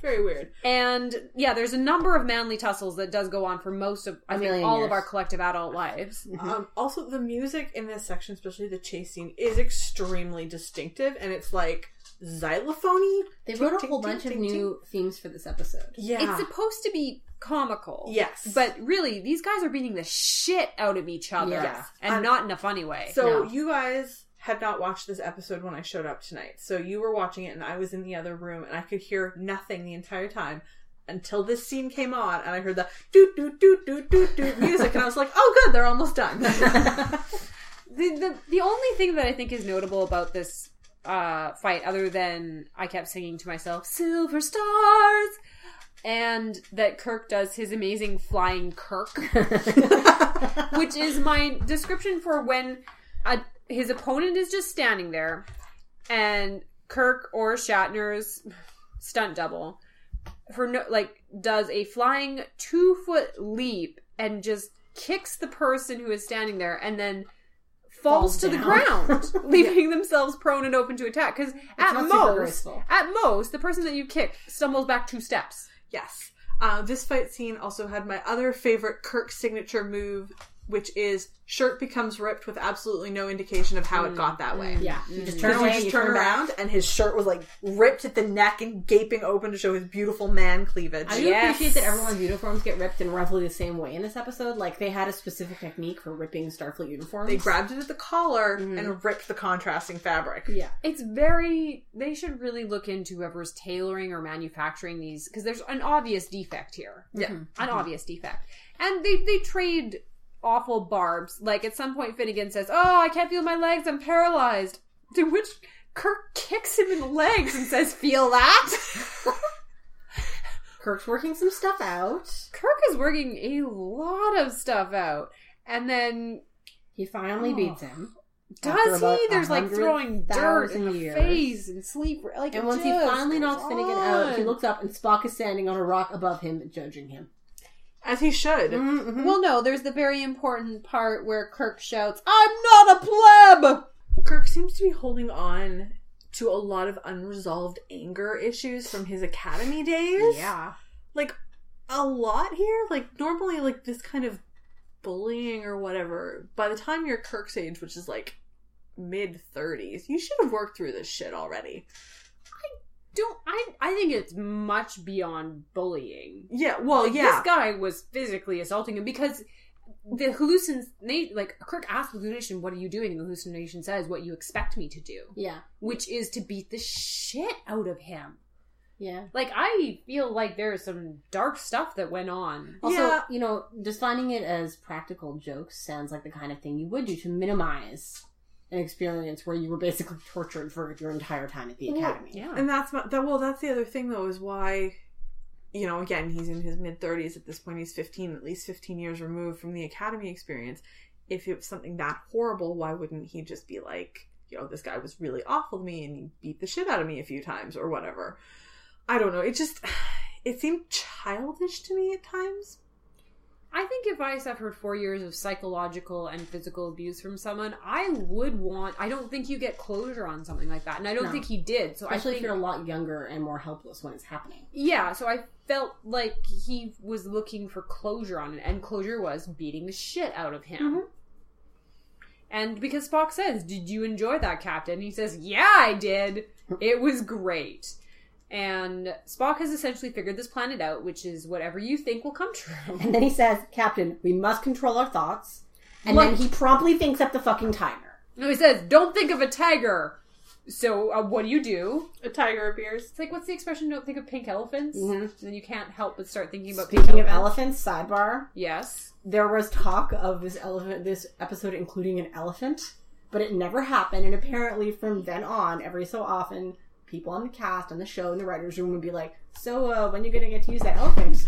S4: Very weird.
S3: And yeah, there's a number of manly tussles that does go on for most of I
S5: A
S3: think
S5: million
S3: all of
S5: years.
S3: our collective adult lives.
S4: Um, also, the music in this section, especially the chase scene, is extremely distinctive, and it's like xylophony.
S5: They wrote a
S4: Ting,
S5: whole
S4: ting,
S5: bunch of
S4: ting, ting.
S5: new themes for this episode.
S4: Yeah,
S3: It's supposed to be comical.
S4: Yes.
S3: But really, these guys are beating the shit out of each other.
S5: Yeah.
S3: And
S4: I'm-
S3: not in a funny way.
S4: So
S5: No.
S4: you guys had not watched this episode when I showed up tonight. So you were watching it and I was in the other room and I could hear nothing the entire time until this scene came on and I heard the doot doot doot doot doot doot music and I was like, Oh good, they're almost done.
S3: the, the the only thing that I think is notable about this uh, fight, other than I kept singing to myself "Silver Stars," and that Kirk does his amazing flying Kirk, which is my description for when a, his opponent is just standing there, and Kirk or Shatner's stunt double for no like does a flying two foot leap and just kicks the person who is standing there and then falls,
S5: Falls
S3: to the
S5: down.
S3: ground leaving themselves prone and open to attack because at
S5: not super
S3: most
S5: graceful.
S3: at most the person that you kick stumbles back two steps
S4: yes. Uh, this fight scene also had my other favorite Kirk signature move, which is shirt becomes ripped with absolutely no indication of how it got that way.
S5: Mm, Yeah, you just turn
S4: Turn
S5: away,
S4: just
S5: you
S4: turn
S5: turn back.
S4: around, and his shirt was like ripped at the neck and gaping open to show his beautiful man cleavage.
S5: I do
S3: Yes.
S5: appreciate that everyone's uniforms get ripped in roughly the same way in this episode. Like they had a specific technique for ripping Starfleet uniforms.
S4: They grabbed it at the collar
S5: Mm.
S4: and ripped the contrasting fabric.
S5: yeah,
S3: it's very they should really look into whoever's tailoring or manufacturing these because there's an obvious defect here
S4: Yeah.
S3: an obvious defect. And they they trade awful barbs. Like at some point, Finnegan says, "Oh, I can't feel my legs. I'm paralyzed." To which Kirk kicks him in the legs and says, "Feel that?"
S5: Kirk's working some stuff out.
S3: Kirk is working a lot of stuff out, and then
S5: He
S3: Oh.
S5: finally beats him, After
S3: does
S5: about
S3: he? There's like throwing dirt in
S5: 100,000
S3: the
S5: years.
S3: face and sleep. Like
S5: and
S3: it
S5: once he
S3: just
S5: finally
S3: goes
S5: knocks Finnegan out, he
S3: on.
S5: looks up and Spock is standing on a rock above him, judging him.
S4: As he should.
S5: Mm.
S3: Well, no, there's the very important part where Kirk shouts, "I'm not a pleb."
S4: Kirk seems to be holding on to a lot of unresolved anger issues from his academy days.
S5: Yeah,
S4: Like, a lot here. Like, normally, like, this kind of bullying or whatever, by the time you're Kirk's age, which is like mid 30s, you should have worked through this shit already.
S3: don't I I think it's much beyond bullying.
S4: Yeah, well, yeah.
S3: This guy was physically assaulting him because the hallucination, like Kirk asks the hallucination, "What are you doing?" And the hallucination says, "What you expect me to do,"
S5: yeah,
S3: which is to beat the shit out of him.
S5: yeah.
S3: Like I feel like there is some dark stuff that went on.
S5: Also,
S4: Yeah.
S5: you know, defining it as practical jokes sounds like the kind of thing you would do to minimize an experience where you were basically tortured for your entire time at the
S4: Well,
S5: academy.
S3: Yeah,
S4: And that's my, that. Well, that's the other thing though is why, you know, again he's in his mid thirties at this point. He's fifteen, at least fifteen years removed from the academy experience. If it was something that horrible, why wouldn't he just be like, you know, this guy was really awful to me and he beat the shit out of me a few times or whatever. I don't know. It just it seemed childish to me at times.
S3: I think if I suffered four years of psychological and physical abuse from someone, I would want. I don't think you get closure on something like that, and I don't
S5: No.
S3: think he did. So
S5: Especially
S3: I
S5: if
S3: think
S5: you're a lot younger and more helpless when it's happening.
S3: Yeah, so I felt like he was looking for closure on it, and closure was beating the shit out of him.
S5: Mm-hmm.
S3: And because Spock says, Did you enjoy that, Captain? He says, Yeah, I did. It was great. And Spock has essentially figured this planet out, which is whatever you think will come true.
S5: And then he says, Captain, we must control our thoughts. And
S3: Look-
S5: then he promptly thinks up the fucking timer.
S3: No, he says, Don't think of a tiger. So, uh, what do you do?
S4: A tiger appears.
S3: It's like, what's the expression? Don't think of pink elephants? And then you can't help but start thinking about
S5: Mm-hmm. Speaking
S3: pink
S5: of
S3: elephants.
S5: elephants, sidebar,
S3: Yes.
S5: there was talk of this elephant this episode including an elephant, but it never happened, and apparently from then on, every so often, people on the cast, on the show, in the writers' room would be like, So uh, when you gonna get to use that elephant?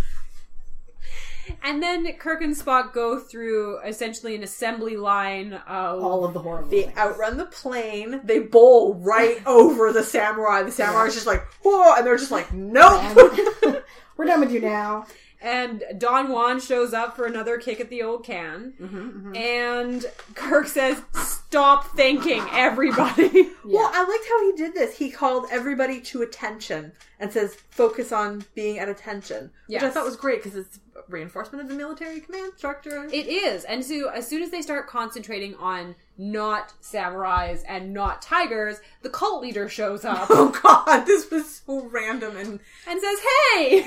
S3: And then Kirk and Spock go through essentially an assembly line of
S5: All of the horrible
S4: They
S5: things.
S4: outrun the plane. They bowl right over the samurai. The samurai's just like, whoa, and they're just like, nope.
S5: And We're done with you now.
S3: And Don Juan shows up for another kick at the old can. And Kirk says, Stop thanking everybody.
S4: Well, I liked how he did this. He called everybody to attention and says, focus on being at attention, which I
S3: Yes.
S4: thought was great because it's reinforcement of the military command structure.
S3: It is. And so as soon as they start concentrating on not samurais and not tigers, the cult leader shows up
S4: oh god, this was so random and
S3: and says, Hey,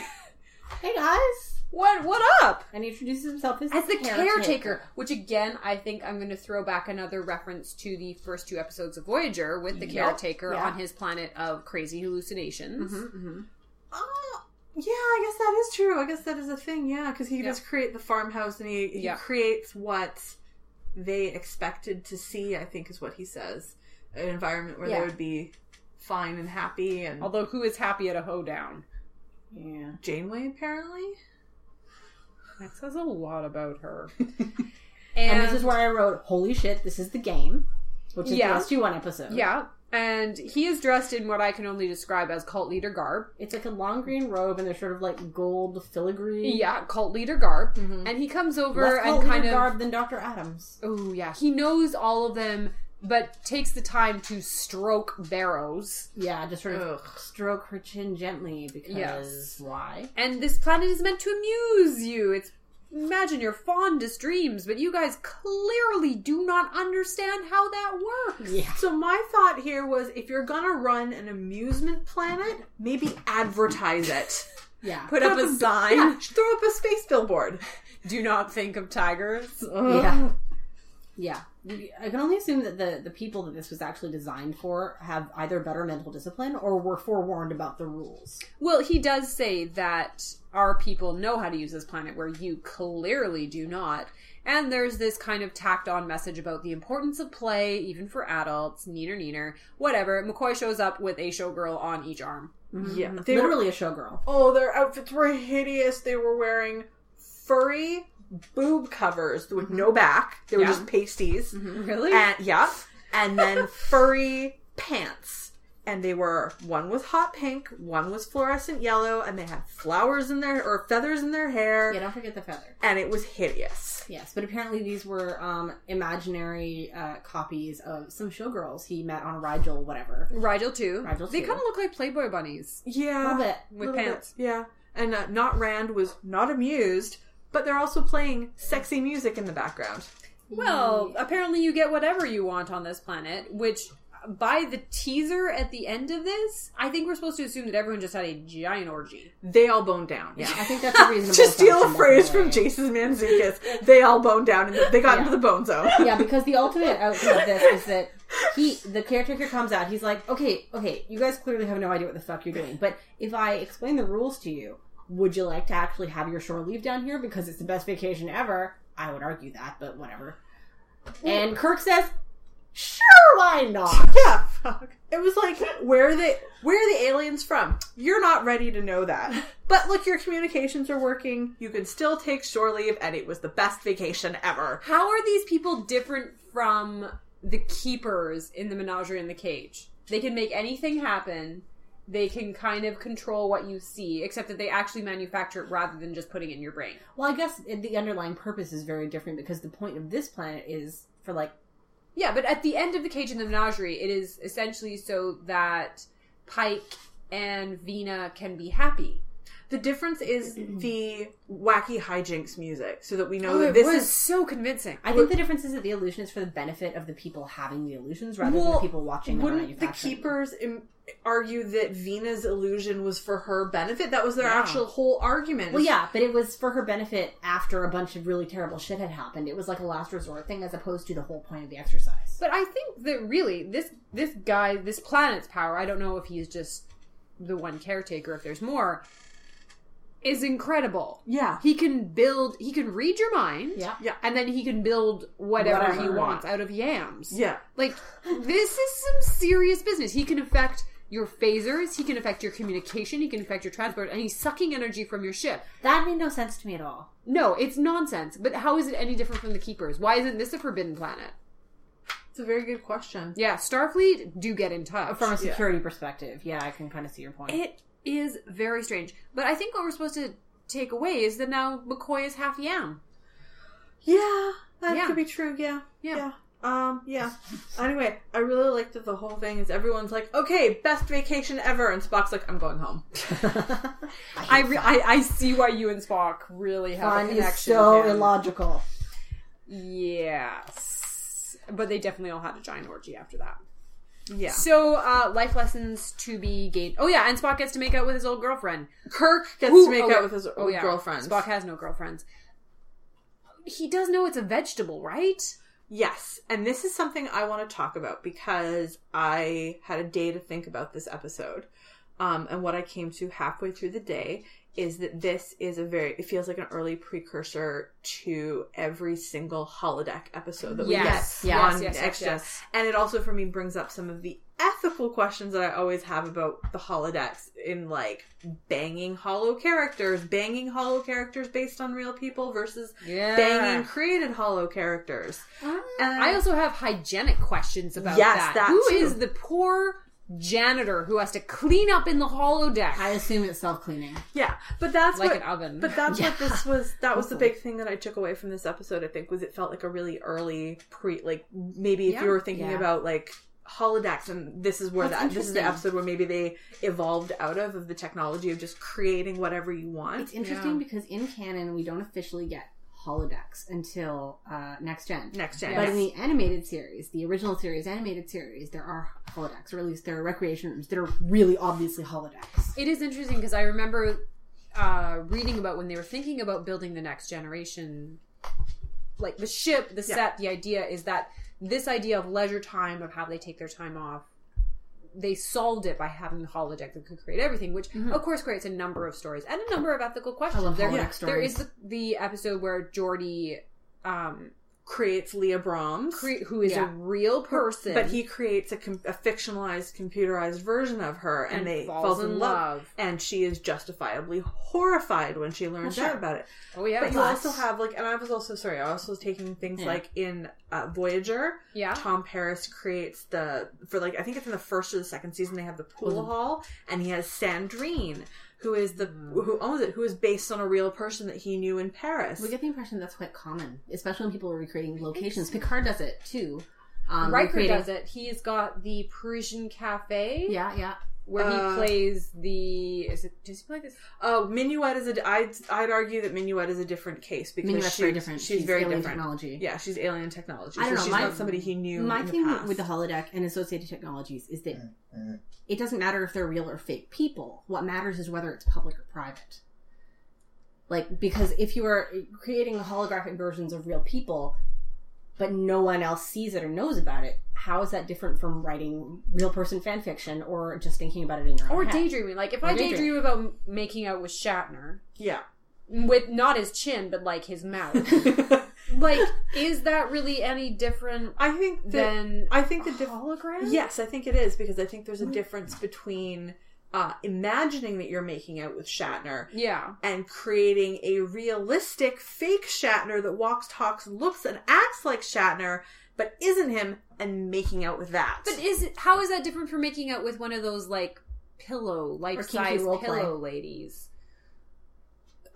S5: Hey guys.
S3: what what up?
S5: And he introduces himself as,
S3: As the caretaker, which again I think I'm gonna throw back another reference to the first two episodes of Voyager with the caretaker
S5: Yeah. Mm-hmm.
S3: on his planet of crazy hallucinations.
S4: Oh, yeah, I guess that is true. I guess that is a thing. Yeah, because he
S3: Yeah.
S4: does create the farmhouse and he, he
S3: Yeah.
S4: creates what they expected to see. I think is what he says. An environment where
S3: Yeah.
S4: they would be fine and happy. And
S3: Although who is happy at a hoedown?
S5: Yeah.
S4: Janeway apparently.
S3: That says a lot about her.
S5: And, this is where I wrote, "Holy shit, this is the game," which is
S3: Yeah.
S5: the last two one episode.
S3: Yeah. And he is dressed in what I can only describe as cult leader garb.
S5: It's like a long green robe, and they're sort of like gold filigree.
S3: Yeah, cult leader garb. And he comes over
S5: Mm-hmm. Less
S3: and
S5: gold
S3: kind of
S5: garb than Doctor Adams.
S3: Oh yeah. He knows all of them, but takes the time to stroke Barrows.
S5: Yeah, just sort of
S4: Ugh.
S5: stroke her chin gently because
S3: Yes.
S5: why?
S3: And this planet is meant to amuse you. It's imagine your fondest dreams, but you guys clearly do not understand how that works.
S5: Yeah.
S4: So my thought here was, if you're gonna run an amusement planet, maybe advertise it.
S5: Yeah.
S3: Put up a sign.
S4: Yeah, throw up a space billboard.
S3: Do not think of tigers.
S5: Yeah. Yeah. You- I can only assume that the, the people that this was actually designed for have either better mental discipline or were forewarned about the rules.
S3: Well, he does say that our people know how to use this planet where you clearly do not. And there's this kind of tacked on message about the importance of play, even for adults, neener neener, whatever. McCoy shows up with a showgirl on each arm.
S4: Yeah, Mm-hmm. they were
S5: Literally a showgirl.
S4: Oh, their outfits were hideous. They were wearing furry boob covers with no back. They were
S3: Yeah.
S4: just pasties.
S3: Really?
S4: And yeah. And then furry pants. And they were one was hot pink, one was fluorescent yellow, and they had flowers in their or feathers in their hair.
S5: Yeah, don't forget the feather.
S4: And it was hideous.
S5: Yes, but apparently these were um, imaginary uh, copies of some showgirls he met on Rigel, whatever.
S3: Rigel, too.
S5: Rigel
S3: they
S5: too.
S3: kind of look like Playboy bunnies
S5: A little
S4: Yeah.
S5: bit.
S3: with
S4: Little bit,
S3: pants.
S4: yeah. And uh, Not Rand was not amused, but they're also playing sexy music in the background.
S3: Well, apparently you get whatever you want on this planet, which by the teaser at the end of this, I think we're supposed to assume that everyone just had a giant orgy.
S4: They all boned down. Yeah.
S5: I think that's a reasonable
S4: to steal a
S5: assumption, by
S4: phrase
S5: the
S4: from
S5: way.
S4: Jason Manzukis, they all boned down and they got into the bone zone.
S5: yeah, because the ultimate outcome of this is that he, the caretaker, comes out. He's like, "Okay, okay, you guys clearly have no idea what the fuck you're doing. But if I explain the rules to you, would you like to actually have your shore leave down here because it's the best vacation ever?" I would argue that, but whatever. And Kirk says, "Sure, why not?"
S4: Yeah, fuck. It was like, where are they? Where are the aliens from? You're not ready to know that. But look, your communications are working. You can still take shore leave, and it was the best vacation ever.
S3: How are these people different from the keepers in the menagerie and the cage? They can make anything happen. They can kind of control what you see, except that they actually manufacture it rather than just putting it in your brain.
S5: Well, I guess the underlying purpose is very different because the point of this planet is for like,
S3: Yeah, but at the end of the cage in the menagerie, it is essentially so that Pike and Vina can be happy.
S4: The difference is the wacky hijinks music, so that we know
S3: Oh,
S4: that
S3: it
S4: this
S3: was
S4: is
S3: so convincing.
S5: I think the difference is that the illusion is for the benefit of the people having the illusions rather than the people watching. them
S4: Wouldn't the
S5: manufacturing them.
S4: keepers Im- argue that Vina's illusion was for her benefit? That was their
S5: Yeah.
S4: actual whole argument.
S5: Well, yeah, but it was for her benefit after a bunch of really terrible shit had happened. It was like a last resort thing as opposed to the whole point of the exercise.
S3: But I think that really this this guy, this planet's power, I don't know if he's just the one caretaker, if there's more, is incredible.
S4: yeah,
S3: He can build he can read your mind.
S5: Yeah.
S4: Yeah.
S3: And then he can build whatever,
S5: Whatever.
S3: he wants out of yams.
S4: yeah.
S3: Like this is some serious business. He can affect your phasers, he can affect your communication, he can affect your transport, and he's sucking energy from your ship.
S5: That made no sense to me at all.
S3: No, it's nonsense. But how is it any different from the keepers? Why isn't this a forbidden planet?
S4: It's a very good question.
S3: Yeah, Starfleet do get in touch.
S5: From a security perspective, yeah, I can kind of see your point.
S3: It is very strange. But I think what we're supposed to take away is that now McCoy is half yam.
S4: Yeah, that
S3: Yeah.
S4: could be true. Yeah.
S3: Yeah.
S4: Um, yeah. Anyway, I really liked that the whole thing is everyone's like, okay, best vacation ever. And Spock's like, I'm going home.
S3: I, re- I I see why you and Spock really have
S5: Fun
S3: a
S5: is
S3: connection.
S5: so
S3: again.
S5: illogical.
S3: Yes, but they definitely all had a giant orgy after that.
S4: Yeah.
S3: So, uh, life lessons to be gained. Oh yeah, and Spock gets to make out with his old girlfriend.
S4: Kirk gets
S3: Who-
S4: to make
S3: oh, yeah.
S4: out with his old
S3: Oh, yeah.
S4: girlfriend.
S3: Spock has no girlfriends. He does know it's a vegetable, right?
S4: Yes. And this is something I want to talk about because I had a day to think about this episode. Um, and what I came to halfway through the day is that this is a very, it feels like an early precursor to every single holodeck episode that we
S3: Yes.
S4: get
S3: Yes,
S4: on
S3: yes, yes,
S4: Extra.
S3: yes.
S4: And it also, for me, brings up some of the ethical questions that I always have about the holodecks in like banging hollow characters, banging hollow characters based on real people versus
S3: Yeah.
S4: banging created hollow characters. And-
S3: I also have hygienic questions about
S4: Yes,
S3: that.
S4: that
S3: Who
S4: too.
S3: is the poor janitor who has to clean up in the hollow deck
S5: I assume it's self cleaning.
S4: Yeah, but that's
S3: like
S4: what,
S3: an oven?
S4: But that's what this was. That was the big thing that I took away from this episode. I think was it felt like a really early pre, like maybe if
S3: Yeah.
S4: you were thinking
S5: Yeah.
S4: about like holodecks and this is where
S5: That's
S4: that this is the
S5: interesting.
S4: episode where maybe they evolved out of of the technology of just creating whatever you want.
S5: It's interesting
S3: Yeah.
S5: because in canon we don't officially get holodecks until uh, next gen.
S4: Next gen,
S5: But
S4: yes.
S5: in the animated series, the original series, animated series, there are holodecks, or at least there are recreation rooms that are really obviously holodecks.
S3: It is interesting because I remember uh, reading about when they were thinking about building the next generation, like the ship, the
S4: Yeah.
S3: set. The idea is that this idea of leisure time, of how they take their time off, they solved it by having the holodeck that could create everything, which
S4: Mm-hmm.
S3: of course creates a number of stories and a number of ethical questions.
S5: love
S3: there,
S5: holodeck
S3: there
S5: stories.
S3: is the, the episode where Geordi, um,
S4: Creates Leah Brahms,
S3: cre- who is
S5: Yeah.
S3: a real person,
S4: but he creates a, com- a fictionalized, computerized version of her, and,
S3: And
S4: they
S3: falls
S4: falls
S3: in
S4: in love.
S3: love.
S4: and she is justifiably horrified when she learns out about it.
S3: oh yeah,
S4: But you
S5: But-
S4: also have like, and I was also sorry. I also was taking things
S5: Yeah.
S4: like in uh, Voyager.
S3: Yeah.
S4: Tom Paris creates the for like I think it's in the first or the second season they have the pool
S5: Mm-hmm.
S4: hall, and he has Sandrine, who is the who owns it, who is based on a real person that he knew in Paris.
S5: We get the impression that's quite common, especially when people are recreating locations. Picard does it too. Um,
S3: Riker
S5: recreating-
S3: does it. He's got the Parisian cafe.
S5: Yeah, yeah.
S3: where
S4: Uh,
S3: he plays the is it does he play this
S4: Uh, Minuet is a. I'd I'd argue that Minuet is a different case
S5: I
S4: because
S5: mean, that's
S4: she-
S5: very different.
S4: She's, very
S5: alien
S4: different.
S5: technology.
S4: Yeah, she's alien technology.
S5: I don't
S4: so
S5: know,
S4: she's
S5: my-
S4: not somebody he knew.
S5: My
S4: in the
S5: thing
S4: past.
S5: with the holodeck and associated technologies is that it doesn't matter if they're real or fake people. What matters is whether it's public or private. Like, because if you are creating holographic versions of real people, but no one else sees it or knows about it, how is that different from writing real person fan fiction or just thinking about it in your own
S3: or
S5: head?
S3: daydreaming like if i
S5: daydream.
S3: daydream about m- making out with shatner
S4: yeah.
S3: with not his chin but like his mouth like is that really any different
S4: I think that
S3: than
S4: I think the
S3: a
S4: diff-
S3: hologram
S4: Yes, I think it is because I think there's a difference between uh, imagining that you're making out with Shatner
S3: yeah
S4: and creating a realistic fake Shatner that walks, talks, looks, and acts like Shatner but isn't him and making out with that.
S3: but is it, how is that different from making out with one of those like pillow life-size
S5: role
S3: pillow
S5: play.
S3: ladies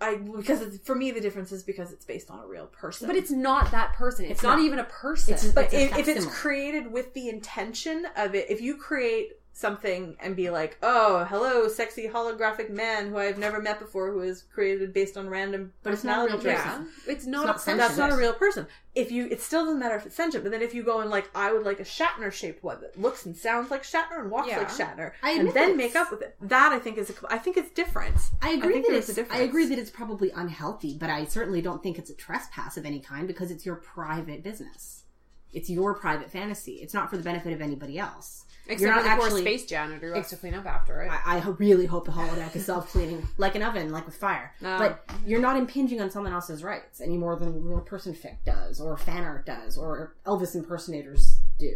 S4: I because it's, for me the difference is because it's based on a real person.
S3: but it's not that person it's,
S5: It's
S3: not,
S5: not.
S3: even a person
S5: It's-
S4: but
S5: a
S4: if, if it's
S5: facsimile.
S4: created with the intention of it, if you create something and be like, "Oh, hello, sexy holographic man who I've never met before, who is created based on random
S5: But it's not
S4: personality
S5: a real
S4: traits,"
S5: person.
S3: yeah it's not,
S5: not
S3: a person
S5: sentient.
S4: That's not a real person. If you, it still doesn't matter if it's sentient. But then if you go and like, I would like a Shatner shaped one that looks and sounds like Shatner and walks
S3: Yeah.
S4: like Shatner,
S5: I
S4: and
S5: admit
S4: then
S5: that
S4: make
S5: it's-
S4: up with it. That I think is, a, I think it's different.
S5: I agree
S4: think
S5: that
S4: there
S5: it's,
S4: is a
S5: I
S4: difference.
S5: agree that it's probably unhealthy, but I certainly don't think it's a trespass of any kind because it's your private business. It's your private fantasy. It's not for the benefit of anybody else. You're
S3: except
S5: not
S3: for the poor
S5: actually-
S3: space janitor who has to clean up after it
S5: I, I ho- really hope the holodeck is self cleaning, like an oven, like with fire.
S3: No.
S5: But you're not impinging on someone else's rights any more than real person fic does, or fan art does, or Elvis impersonators do.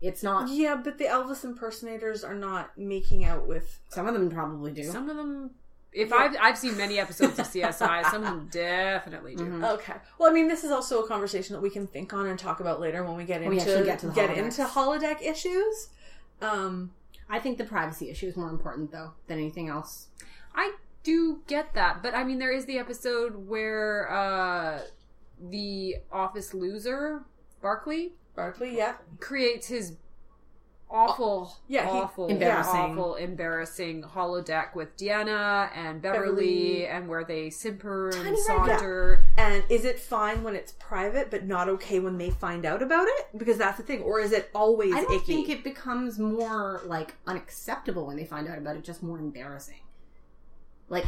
S5: It's not.
S4: Yeah, but the Elvis impersonators are not making out with.
S5: Some of them probably do.
S3: Some of them, if I've I've seen many episodes of CSI, some of them definitely
S5: Mm-hmm.
S3: do.
S4: Okay. Well, I mean, this is also a conversation that we can think on and talk about later when we get into
S5: we actually get to the
S4: get
S5: holodecks.
S4: into holodeck issues. Um,
S5: I think the privacy issue is more important though than anything else.
S3: I do get that, but I mean, there is the episode where uh, the office loser Barkley
S4: Barkley, yeah.
S3: creates his awful,
S4: Yeah, he-
S3: awful,
S5: Embarrassing.
S3: awful, embarrassing holodeck with Deanna and Beverly,
S4: Beverly.
S3: and where they simper and
S5: Tiny red
S3: saunter.
S4: And is it fine when it's private, but not okay when they find out about it? Because that's the thing. Or is it always
S5: I don't
S4: icky?
S5: think it becomes more like unacceptable when they find out about it, just more embarrassing. Like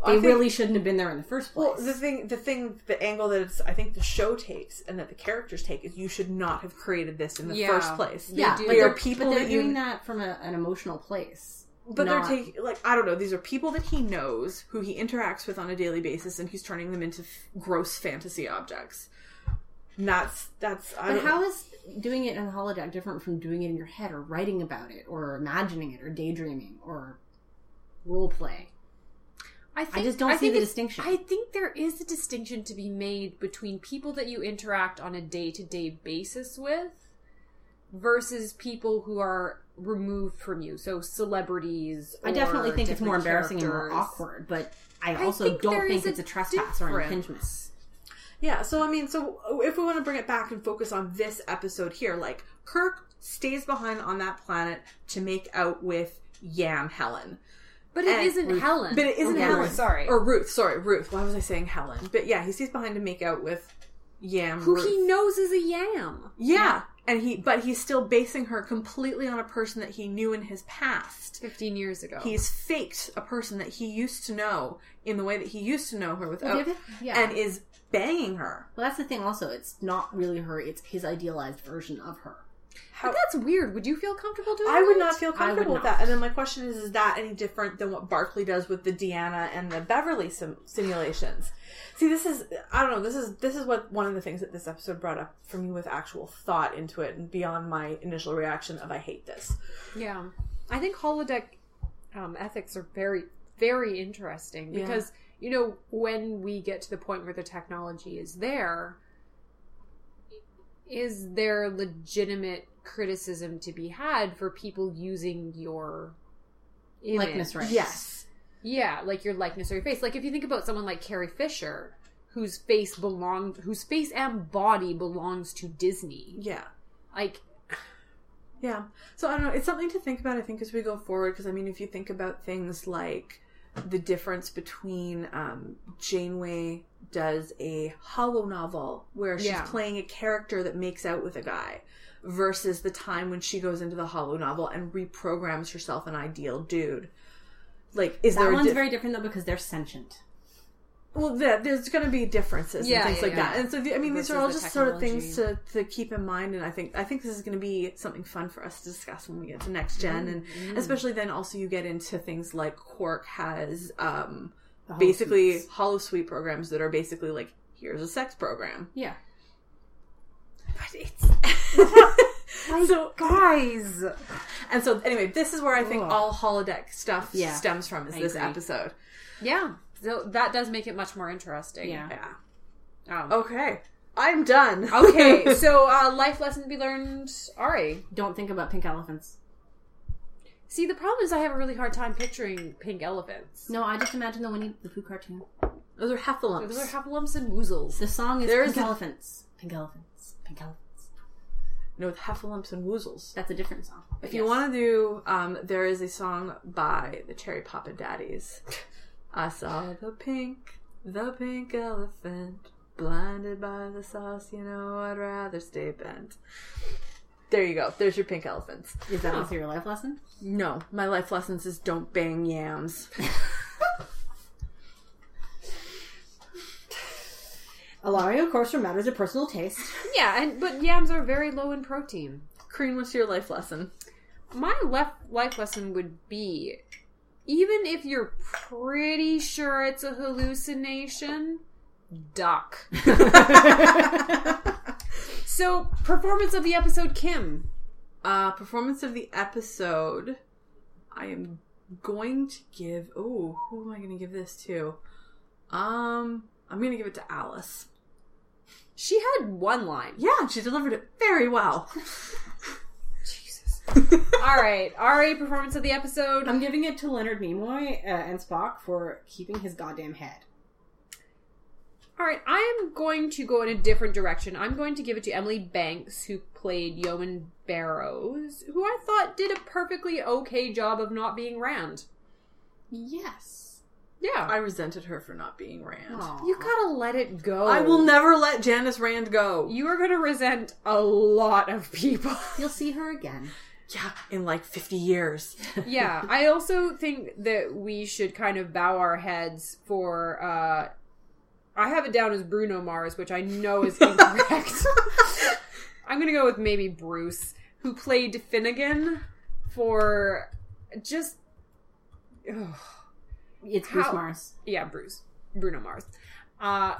S4: I
S5: they
S4: think-
S5: really shouldn't have been there in the first place.
S4: Well, the thing, the thing, the angle that it's, I think the show takes and that the characters take is you should not have created this in the
S3: Yeah.
S4: first place.
S3: they
S5: yeah,
S3: do-
S5: but
S4: they are
S5: they're,
S4: people
S5: but they're
S4: that you-
S5: doing that from a, an emotional place.
S4: But
S5: not-
S4: they're taking, like, I don't know, these are people that he knows, who he interacts with on a daily basis, and he's turning them into f- gross fantasy objects. And that's, that's, I
S5: But
S4: don't
S5: how is doing it in a holodeck different from doing it in your head or writing about it or imagining it or daydreaming or role play?
S3: I, think,
S5: just don't see
S3: think
S5: the
S3: it's-
S5: distinction.
S3: I think there is a distinction to be made between people that you interact on a day to day basis with versus people who are removed from you. So celebrities.
S5: I definitely
S3: or
S5: think it's more
S3: different
S5: embarrassing and more
S3: characters.
S5: awkward, but I
S3: I
S5: also
S3: think there
S5: don't think
S3: is a
S5: it's a trespass or
S3: difference.
S5: infringement.
S4: Yeah, so I mean, so if we want to bring it back and focus on this episode here, like Kirk stays behind on that planet to make out with Yam Helen.
S3: But it
S4: And
S3: isn't Helen.
S4: But it isn't
S3: Or
S4: Helen.
S3: Ruth, Sorry.
S4: Or Ruth, sorry, Ruth. Why was I saying Helen? But yeah, he stays behind to make out with Yam
S3: who
S4: Ruth.
S3: he knows is a yam.
S4: yeah. And he but he's still basing her completely on a person that he knew in his past.
S3: 15 years ago.
S4: He's faked a person that he used to know in the way that he used to know her without
S5: Yeah.
S4: and is banging her.
S5: well, that's the thing. Also, it's not really her; it's his idealized version of her.
S4: How,
S3: That's weird. Would you feel comfortable doing
S4: I would
S3: that?
S4: not feel comfortable with
S5: not.
S4: that. And then my question is: Is that any different than what Barclay does with the Deanna and the Beverly sim- simulations? See, this is I don't know. This is this is what one of the things that this episode brought up for me with actual thought into it and beyond my initial reaction of I hate this.
S3: Yeah. I think holodeck um, ethics are very, very interesting
S4: Yeah.
S3: because, you know, when we get to the point where the technology is there, is there legitimate criticism to be had for people using your image?
S5: Likeness rights.
S4: Yes,
S3: Yeah, like your likeness or your face. Like if you think about someone like Carrie Fisher, whose face belonged, whose face and body belongs to Disney.
S4: yeah,
S3: Like
S4: yeah. So I don't know. It's something to think about. I think as we go forward, because I mean, if you think about things like the difference between um, Janeway does a hollow novel where she's
S3: Yeah.
S4: playing a character that makes out with a guy versus the time when she goes into the hollow novel and reprograms herself an ideal dude. Like, is
S5: That
S4: there a
S5: one's
S4: di-
S5: very different though because they're sentient.
S4: well? There, there's going to be differences
S3: Yeah,
S4: and things
S3: yeah,
S4: like that.
S3: yeah.
S4: And so, the, I mean, these
S3: Versus
S4: are all
S3: the
S4: just sort of things to, to keep in mind. And I think I think this is going to be something fun for us to discuss when we get to next general and especially then also you get into things like Quark has. um
S5: The whole
S4: basically
S5: suits.
S4: hollow suite programs that are basically like here's a sex program
S5: yeah.
S4: but it's so
S3: guys,
S4: and so anyway this is where i think
S5: Ugh.
S4: all holodeck stuff
S5: Yeah.
S4: stems from is
S5: I
S4: this
S5: agree.
S4: episode
S3: yeah. So that does make it much more interesting.
S5: Yeah.
S4: yeah
S3: Um,
S4: okay i'm done
S3: Okay. so uh, life lesson to be learned, Ari.
S5: Don't think about pink elephants.
S3: See, the problem is I have a really hard time picturing pink elephants.
S5: No, I just imagine the Winnie the Pooh cartoon.
S4: those are heffalumps
S3: Those are heffalumps and woozles.
S5: The song is
S4: There
S5: pink
S4: is a-
S5: elephants. Pink elephants. Pink elephants.
S4: no heffalumps and woozles
S5: That's a different song.
S4: if you want to do um there is a song by the cherry papa daddies i saw the pink the pink elephant blinded by the sauce you know i'd rather stay bent there you go there's your pink elephants
S5: is that also your life lesson?
S4: No, my life lessons is don't bang yams.
S5: Allowing, of course, for matters of personal taste.
S3: Yeah, and but yams are very low in protein.
S4: Kareen, what's your life lesson?
S3: my left life lesson would be even if you're pretty sure it's a hallucination duck so performance of the episode kim
S4: Uh, performance of the episode. I am going to give. Oh, who am I going to give this to? Um, I'm going to give it to Alice.
S3: she had one line
S4: Yeah, she delivered it very well.
S3: jesus All right, RA performance of the episode.
S5: I'm giving it to Leonard Nimoy uh, and Spock for keeping his goddamn head.
S3: All right, I am going to go in a different direction. I'm going to give it to Emily Banks, who played Yeoman Barrows, who I thought did a perfectly okay job of not being Rand.
S5: Yes.
S3: Yeah,
S4: I resented her for not being Rand.
S3: you gotta let it go.
S4: I will never let Janice Rand go.
S3: You are gonna resent a lot of people.
S5: You'll see her again.
S4: Yeah, in like 50 years.
S3: yeah, I also think that we should kind of bow our heads for. uh I have it down as Bruno Mars, which I know is incorrect. I'm gonna go with maybe Bruce, who played Finnegan for just. Ugh.
S5: It's Bruce
S3: How-
S5: Mars.
S3: yeah, Bruce, Bruno Mars, uh,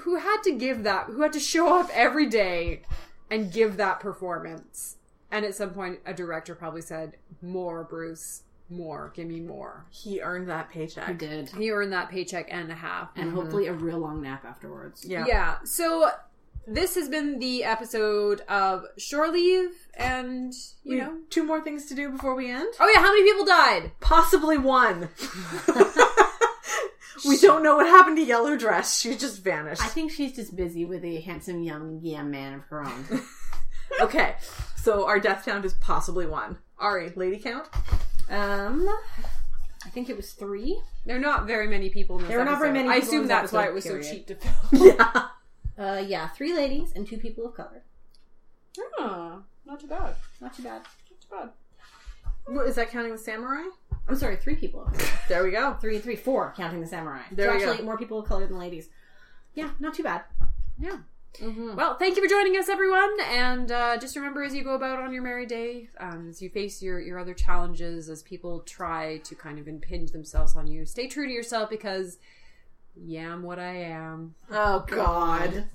S3: who had to give that, who had to show up every day and give that performance. And at some point, a director probably said, "More, Bruce, more, give me more."
S4: He earned that
S5: I
S4: paycheck.
S5: did.
S3: He earned that paycheck and a half.
S5: And hopefully a real long nap afterwards.
S4: Yeah.
S3: Yeah. So this has been the episode of shore leave, and you
S4: We-
S3: know,
S4: two more things to do before we end.
S3: oh yeah, how many people died?
S4: Possibly one. we don't know what happened to Yellow Dress. She just vanished.
S5: I think she's just busy with a handsome young yeah man of her own.
S4: okay, so our death count is possibly one. Ari, lady count?
S5: um, I think it was three.
S3: There are not very many people. in this
S5: There were not very
S3: episode.
S5: many
S3: I
S5: people
S3: assume
S5: in this
S3: that's why
S5: episode,
S3: it was so
S5: period.
S3: cheap to film.
S4: Yeah.
S5: Uh, yeah, three ladies and two people of color.
S3: Ah, not too bad.
S5: Not too bad.
S3: Not too bad.
S4: What, is that counting the samurai?
S5: I'm sorry, three people. Of color.
S4: There we go.
S5: three, three, four, counting the samurai.
S4: There
S5: so
S4: we go.
S5: actually, more people of color than ladies. Yeah, not too bad.
S3: Well, thank you for joining us, everyone. And uh, just remember as you go about on your merry day, um, as you face your, your other challenges, as people try to kind of impinge themselves on you, stay true to yourself because, yeah, I'm what I am.
S4: Oh, God.